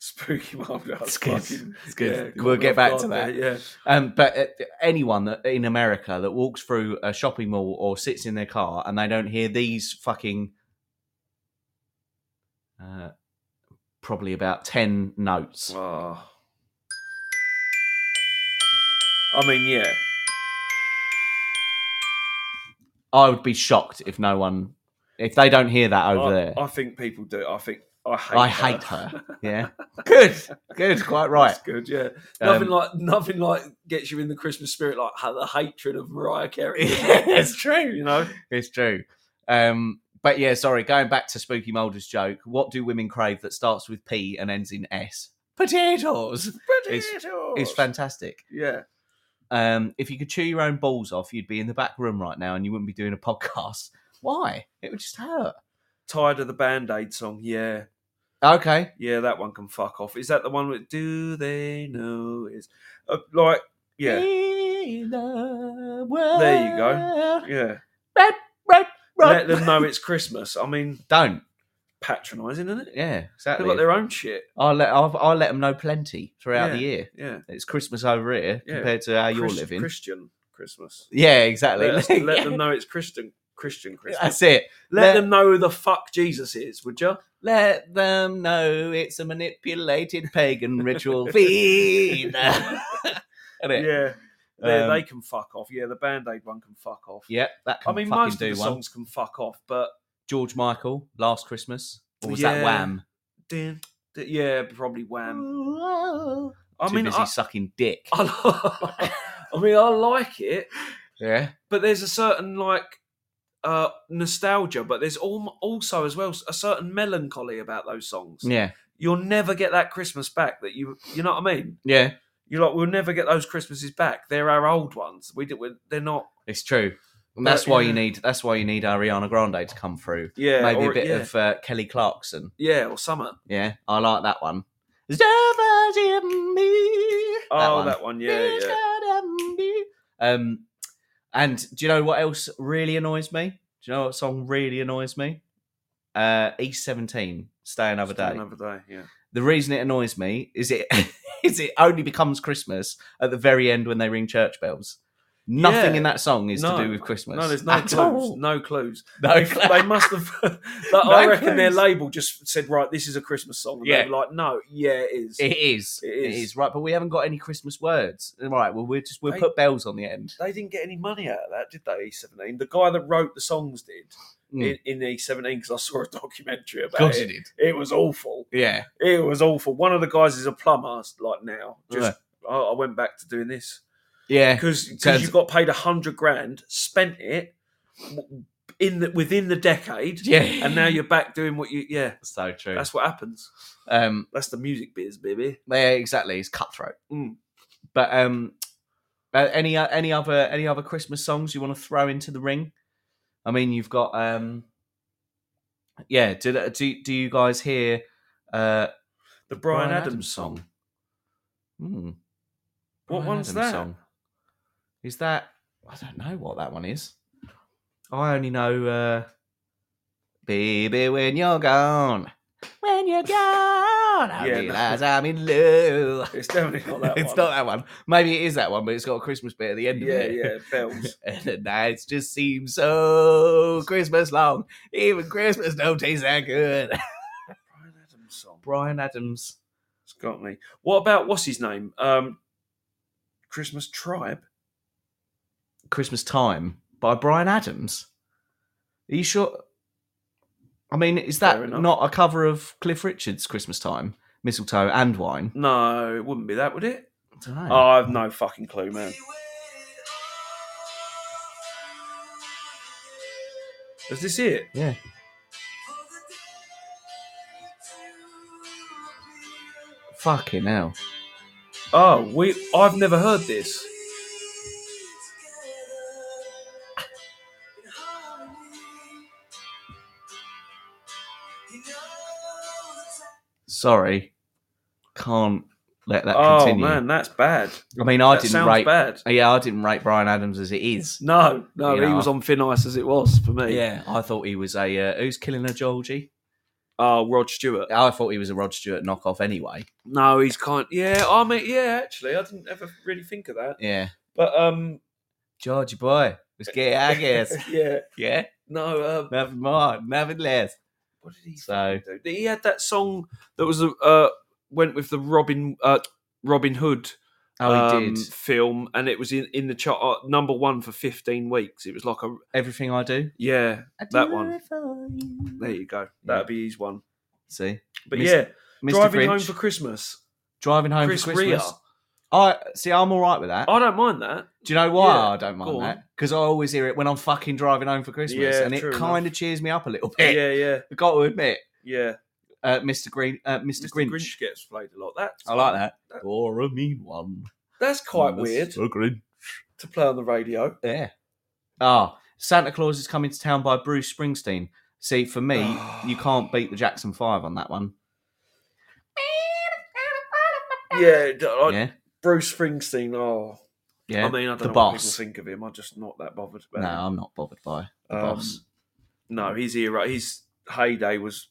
A: Spooky Marvel.
B: It's good. It's good. We'll get back to that.
A: Yeah.
B: um, but uh, anyone that in America that walks through a shopping mall or sits in their car and they don't hear these fucking uh, probably about 10 notes.
A: Oh. I mean, yeah.
B: I would be shocked if no one, if they don't hear that over
A: I,
B: there.
A: I think people do. I think Oh, I hate.
B: I hate her. Yeah. good. Good. Quite
A: [laughs]
B: right.
A: That's good. Yeah.
B: Um,
A: Nothing like nothing like gets you in the Christmas spirit like ha- the hatred of Mariah Carey. [laughs]
B: Yeah, it's
A: true. You know.
B: It's true. Um, but yeah, sorry. Going back to Spooky Mulder's joke, what do women crave that starts with P and ends in S? Potatoes. It's- It's fantastic.
A: Yeah.
B: Um, if you could chew your own balls off, you'd be in the back room right now and you wouldn't be doing a podcast. Why? It would just hurt.
A: Tired of the Band Aid song. Yeah.
B: Okay.
A: Yeah. That one can fuck off. Is that the one with Do They Know? Is uh, like yeah.
B: There
A: you go. Yeah.
B: Right, right,
A: Let
B: right.
A: them know it's Christmas. I mean,
B: Don't.
A: patronising, isn't it?
B: Yeah,
A: They've
B: exactly.
A: got their own shit.
B: I'll let I'll, I'll let them know plenty throughout
A: Yeah.
B: the year.
A: Yeah.
B: It's Christmas over here
A: Yeah.
B: compared to how you're
A: Christ-
B: living.
A: Christian Christmas.
B: Yeah, exactly.
A: Let, us-
B: [laughs]
A: let
B: Yeah.
A: them know it's Christian Christian Christmas.
B: That's it.
A: let,
B: Let-
A: them know who the fuck Jesus is, would you?
B: Let them know it's a manipulated pagan
A: [laughs]
B: ritual fiend. [laughs] Isn't it?
A: Yeah. They-
B: Um,
A: they can fuck off. Yeah, the Band Aid one can fuck off.
B: Yep, that
A: I
B: can
A: mean,
B: fucking
A: most of
B: do
A: the
B: one.
A: songs can fuck off, but
B: George Michael, Last Christmas, or was
A: Yeah.
B: that Wham?
A: Dun, dun, yeah, probably Wham. I
B: Too
A: mean,
B: busy
A: I, [laughs]
B: sucking dick.
A: I, li- [laughs] I mean, I like it,
B: yeah,
A: but there's a certain like uh nostalgia, but there's al- also as well a certain melancholy about those songs.
B: yeah,
A: You'll never get that Christmas back that you you know what I mean.
B: yeah.
A: You're like, we'll never get those Christmases back. They're our old ones. We did. we're- They're not.
B: It's true. And
A: But,
B: that's why
A: yeah.
B: you need. That's why you need Ariana Grande to come through.
A: Yeah,
B: Maybe
A: or-
B: a bit
A: yeah,
B: of uh, Kelly Clarkson.
A: yeah, or summer.
B: Yeah, I like that one. Stars in me.
A: oh, that one. Yeah, yeah.
B: Um, and do you know what else really annoys me? Do you know what song really annoys me? Uh, East Seventeen, Stay Another
A: Still
B: Day.
A: Another day. Yeah.
B: The reason it annoys me is it [laughs] is it only becomes Christmas at the very end when they ring church bells. Nothing
A: Yeah.
B: in that song is
A: No.
B: to do with Christmas.
A: No, there's no
B: at
A: clues.
B: all.
A: No clues.
B: [laughs] No
A: they,
B: clue.
A: they must
B: [laughs]
A: have. [laughs] like, I
B: No
A: reckon their
B: clues.
A: label just said, "Right, this is a Christmas song." And
B: Yeah.
A: they were like, "No, yeah, it is."
B: It is.
A: It
B: It
A: is.
B: is. right, but we haven't got any Christmas words. Right, well we'll just we'll
A: They-
B: put bells on the end.
A: They didn't get any money out of that, did they? E seventeen. The guy that wrote the songs did
B: Mm.
A: in, in E seventeen because I saw a [laughs] documentary
B: Of
A: about
B: course
A: it.
B: it did.
A: It was awful.
B: Yeah.
A: It was awful. One of the guys is a plumber. Like now, just I, I went back to doing this
B: Yeah.
A: because
B: Turns-
A: you got paid a hundred grand, spent it w- in the, within the decade,
B: Yeah.
A: and now you're back doing what you. Yeah,
B: so true.
A: that's what happens.
B: um
A: That's the music biz, baby.
B: yeah, exactly. It's cutthroat.
A: Mm.
B: But um uh, any o- any other any other Christmas songs you want to throw into the ring? I mean, you've got um yeah, do do, do you guys hear uh
A: The Brian, Adams, song.
B: Hmm.
A: What
B: Bryan
A: one's
B: Adams
A: that?
B: Is that I don't know what that one is. I only know uh Baby when you're gone. When you're gone, I
A: [laughs] Yeah, no.
B: realise I'm in love.
A: It's definitely not that
B: [laughs] it's
A: one.
B: not that one. Maybe it is that one, but it's got a Christmas bit at the end
A: Yeah,
B: of it.
A: yeah, bells.
B: [laughs] And the nights just seem so Christmas long. Even Christmas don't taste that good. [laughs]
A: Brian Adams song.
B: Brian Adams.
A: It's got me. What about what's his name? Um, Christmas Tribe.
B: Christmas Time by Brian Adams. Are you sure? I mean, is
A: Fair
B: that
A: enough.
B: not a cover of Cliff Richard's Christmas Time, Mistletoe and Wine?
A: No, it wouldn't be that, would it?
B: I don't know.
A: Oh, I've no fucking clue, man. Is this it?
B: yeah. Fucking hell.
A: Oh, we. I've never heard this.
B: Sorry. Can't let that
A: oh
B: continue.
A: man, that's bad.
B: I mean, I
A: that
B: didn't
A: sounds
B: rate.
A: bad.
B: Yeah, I didn't rate Brian Adams as it is.
A: No, no,
B: You
A: he
B: know.
A: was on thin ice as it was for me.
B: Yeah, I thought he was a. Uh, who's killing her, Georgie?
A: Oh, Rod Stewart.
B: I thought he was a Rod Stewart knockoff anyway.
A: No, he's kind. Yeah, I mean, yeah. Actually, I didn't ever really think of that.
B: Yeah.
A: But um, [laughs]
B: Georgie boy, let's get it, I guess.
A: yeah.
B: yeah.
A: No, uh,
B: Nothing more, nothing less.
A: What did he
B: So
A: do? He had that song that was uh went with the Robin uh, Robin Hood
B: oh, he
A: um,
B: did
A: film, and it was in in the chart uh, number one for fifteen weeks. It was like a
B: everything I do.
A: yeah.
B: I
A: That
B: do
A: one.
B: it for you.
A: There you go. That'd be his one.
B: See,
A: But
B: Mis-
A: yeah,
B: Mr.
A: driving home
B: Grinch,
A: for Christmas.
B: driving home
A: Chris
B: for
A: Rea.
B: Christmas. I see. I'm all right with that.
A: I don't mind that.
B: Do you know why
A: Yeah,
B: I don't
A: go
B: mind
A: on.
B: that? Because I always hear it when I'm fucking driving home for Christmas,
A: Yeah,
B: and it
A: true
B: kind of cheers me up a little bit.
A: Yeah, yeah,
B: [laughs] I've got to admit,
A: yeah.
B: uh, Mr. Green, uh, Mr. Grinch.
A: gets played a lot. That's
B: I like that. Or a mean one.
A: That's Uh, quite weird
B: Mr. Grinch.
A: to play on the radio.
B: Yeah. Ah, Santa Claus is coming to town by Bruce Springsteen. See,
A: [sighs]
B: for me, you can't beat the Jackson Five on that one.
A: Yeah, d- like
B: yeah,
A: Bruce Springsteen. Oh,
B: yeah.
A: I mean, I don't
B: the
A: know what
B: boss.
A: people think of him. I'm just not that bothered. About
B: No,
A: him.
B: I'm not bothered by the
A: Um,
B: boss.
A: No, his era, his heyday was.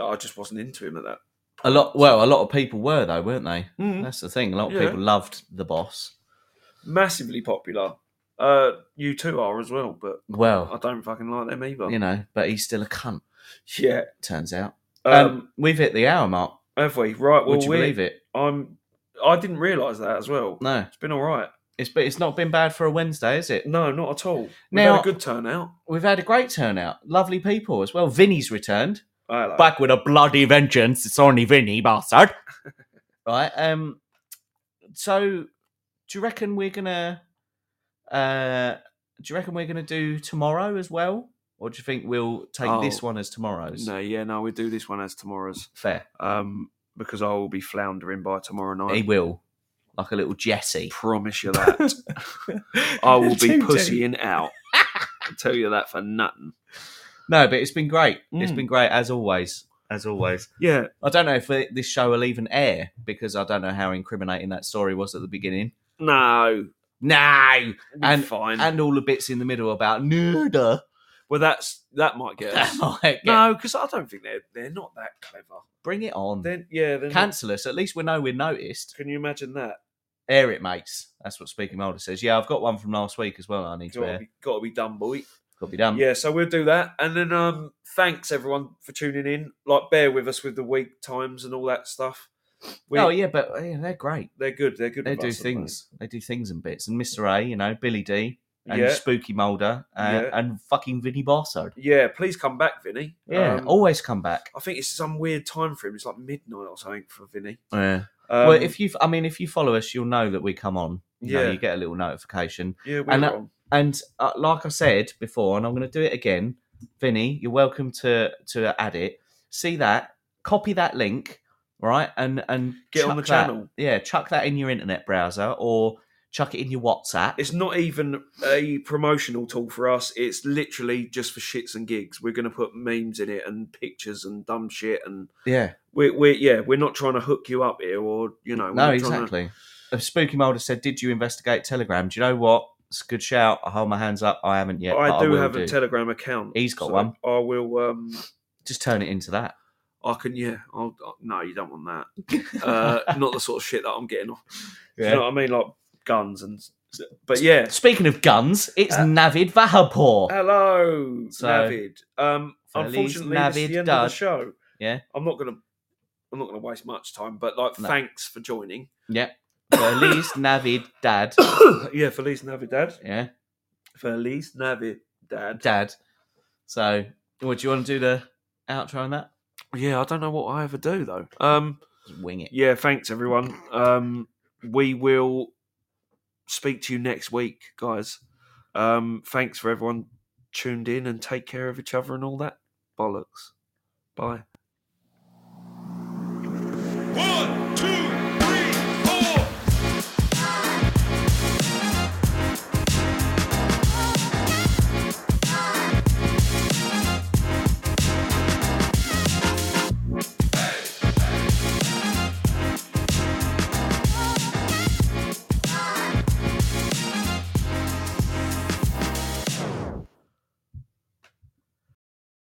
A: I just wasn't into him at that.
B: A lot. Well, a lot of people were though, weren't they? That's the thing. A lot of
A: Hmm. Yeah.
B: people loved the boss.
A: Massively popular. Uh, you two are as well, but I
B: Well,
A: don't fucking like them either.
B: you know, but he's still a cunt.
A: Yeah.
B: Turns out. Um,
A: Um,
B: we've hit the hour mark.
A: have we? Right. Well,
B: Would you
A: we're-
B: believe it?
A: I'm. I didn't realise that as well.
B: No,
A: It's been all right.
B: it's but it's not been bad for a Wednesday, is it?
A: No, not at all. We've
B: Now-
A: had a good turnout.
B: We've had a great turnout. Lovely people as well. Vinny's returned.
A: Oh, hello.
B: back with a bloody vengeance. It's only Vinny, bastard. [laughs] right. Um. So, do you reckon we're gonna? Uh, do you reckon we're gonna do tomorrow as well, or do you think we'll take
A: Oh.
B: this one as tomorrow's?
A: No, yeah, no, we do this one as tomorrow's
B: Fair.
A: um, because I will be floundering by tomorrow night.
B: He will, like a little Jesse.
A: promise you that. [laughs] I will
B: [laughs]
A: be
B: Tim Tam.
A: pussying out. I tell you that for nothing.
B: No, but it's been great. It's
A: Mm.
B: been great as always. As always,
A: Yeah,
B: I don't know if uh, this show will even air because I don't know how incriminating that story was at the beginning.
A: no,
B: No,
A: and fine.
B: and all the bits in the middle about
A: [laughs]
B: murder.
A: well, that's [laughs] that might get Hmm.
B: [laughs]
A: us.
B: Am I again?
A: No, because I don't think they're they're not that clever.
B: Bring it on.
A: Then yeah, then
B: Cancel us. At least we know we're noticed.
A: can you imagine that?
B: Air it, mates. That's what Speaking Mulder says. Yeah, I've got one from last week as well. I need to
A: Got to
B: air.
A: be, gotta be done, boy.
B: Got to be done.
A: yeah, so we'll do that, and then um, thanks everyone for tuning in. Like, bear with us with the week times and all that stuff. We,
B: oh yeah, but yeah, they're great.
A: they're good. They're good.
B: They
A: with
B: do
A: us, aren't
B: things. They do things and bits. And Mister A, you know, Billy D, and
A: Yeah.
B: Spooky Mulder, uh,
A: Yeah.
B: and fucking Vinny Barsard.
A: Yeah, please come back, Vinny.
B: Yeah, oh,
A: Um,
B: always come back.
A: I think it's some weird time for him. It's like midnight or something for Vinny.
B: Yeah.
A: Um,
B: well, if you, I mean, if you follow us, you'll know that we come on. You know,
A: Yeah.
B: you get a little notification.
A: yeah, we're
B: and that-
A: on.
B: And uh, like I said before, and I'm going to do it again, Vinny, you're welcome to to add it. See that, copy that link, right, and and
A: Get on
B: chuck
A: the
B: that-
A: channel.
B: Yeah, chuck that in your internet browser or chuck it in your WhatsApp.
A: It's not even a promotional tool for us. It's literally just for shits and gigs. We're going to put memes in it and pictures and dumb shit. And
B: yeah,
A: we're, we're yeah, we're not trying to hook you up here or you know. we're
B: no,
A: not trying to-
B: exactly. Uh, Spooky Mulder said, "Did you investigate Telegram? Do you know what? It's a good shout. I hold my hands up. I haven't yet. but
A: I do
B: will
A: have a Telegram account.
B: He's got
A: so
B: one.
A: I will. um
B: Just turn it into that.
A: I can. Yeah. I'll, I- no, you don't want that. [laughs] Uh, not the sort of shit that I'm getting off. Do You know what I mean? Like guns and. But yeah.
B: Speaking of guns, it's
A: Uh,
B: Navid Vahapur.
A: Hello,
B: So-
A: Navid. Um,
B: Feliz
A: unfortunately, this is
B: Navid
A: the end
B: Dad.
A: of the show.
B: Yeah.
A: I'm not gonna. I'm not gonna waste much time, but like,
B: No.
A: thanks for [coughs] joining.
B: yeah, Feliz Navid Dad.
A: yeah, Feliz Navidad.
B: Yeah,
A: Feliz Navidad.
B: Dad. So, what do you want to do the outro on that?
A: Yeah, I don't know what I ever do though. Um,
B: Just wing it.
A: yeah, thanks everyone. Um, we will speak to you next week, guys. Um, thanks for everyone tuned in and take care of each other and all that bollocks. Bye.
C: One,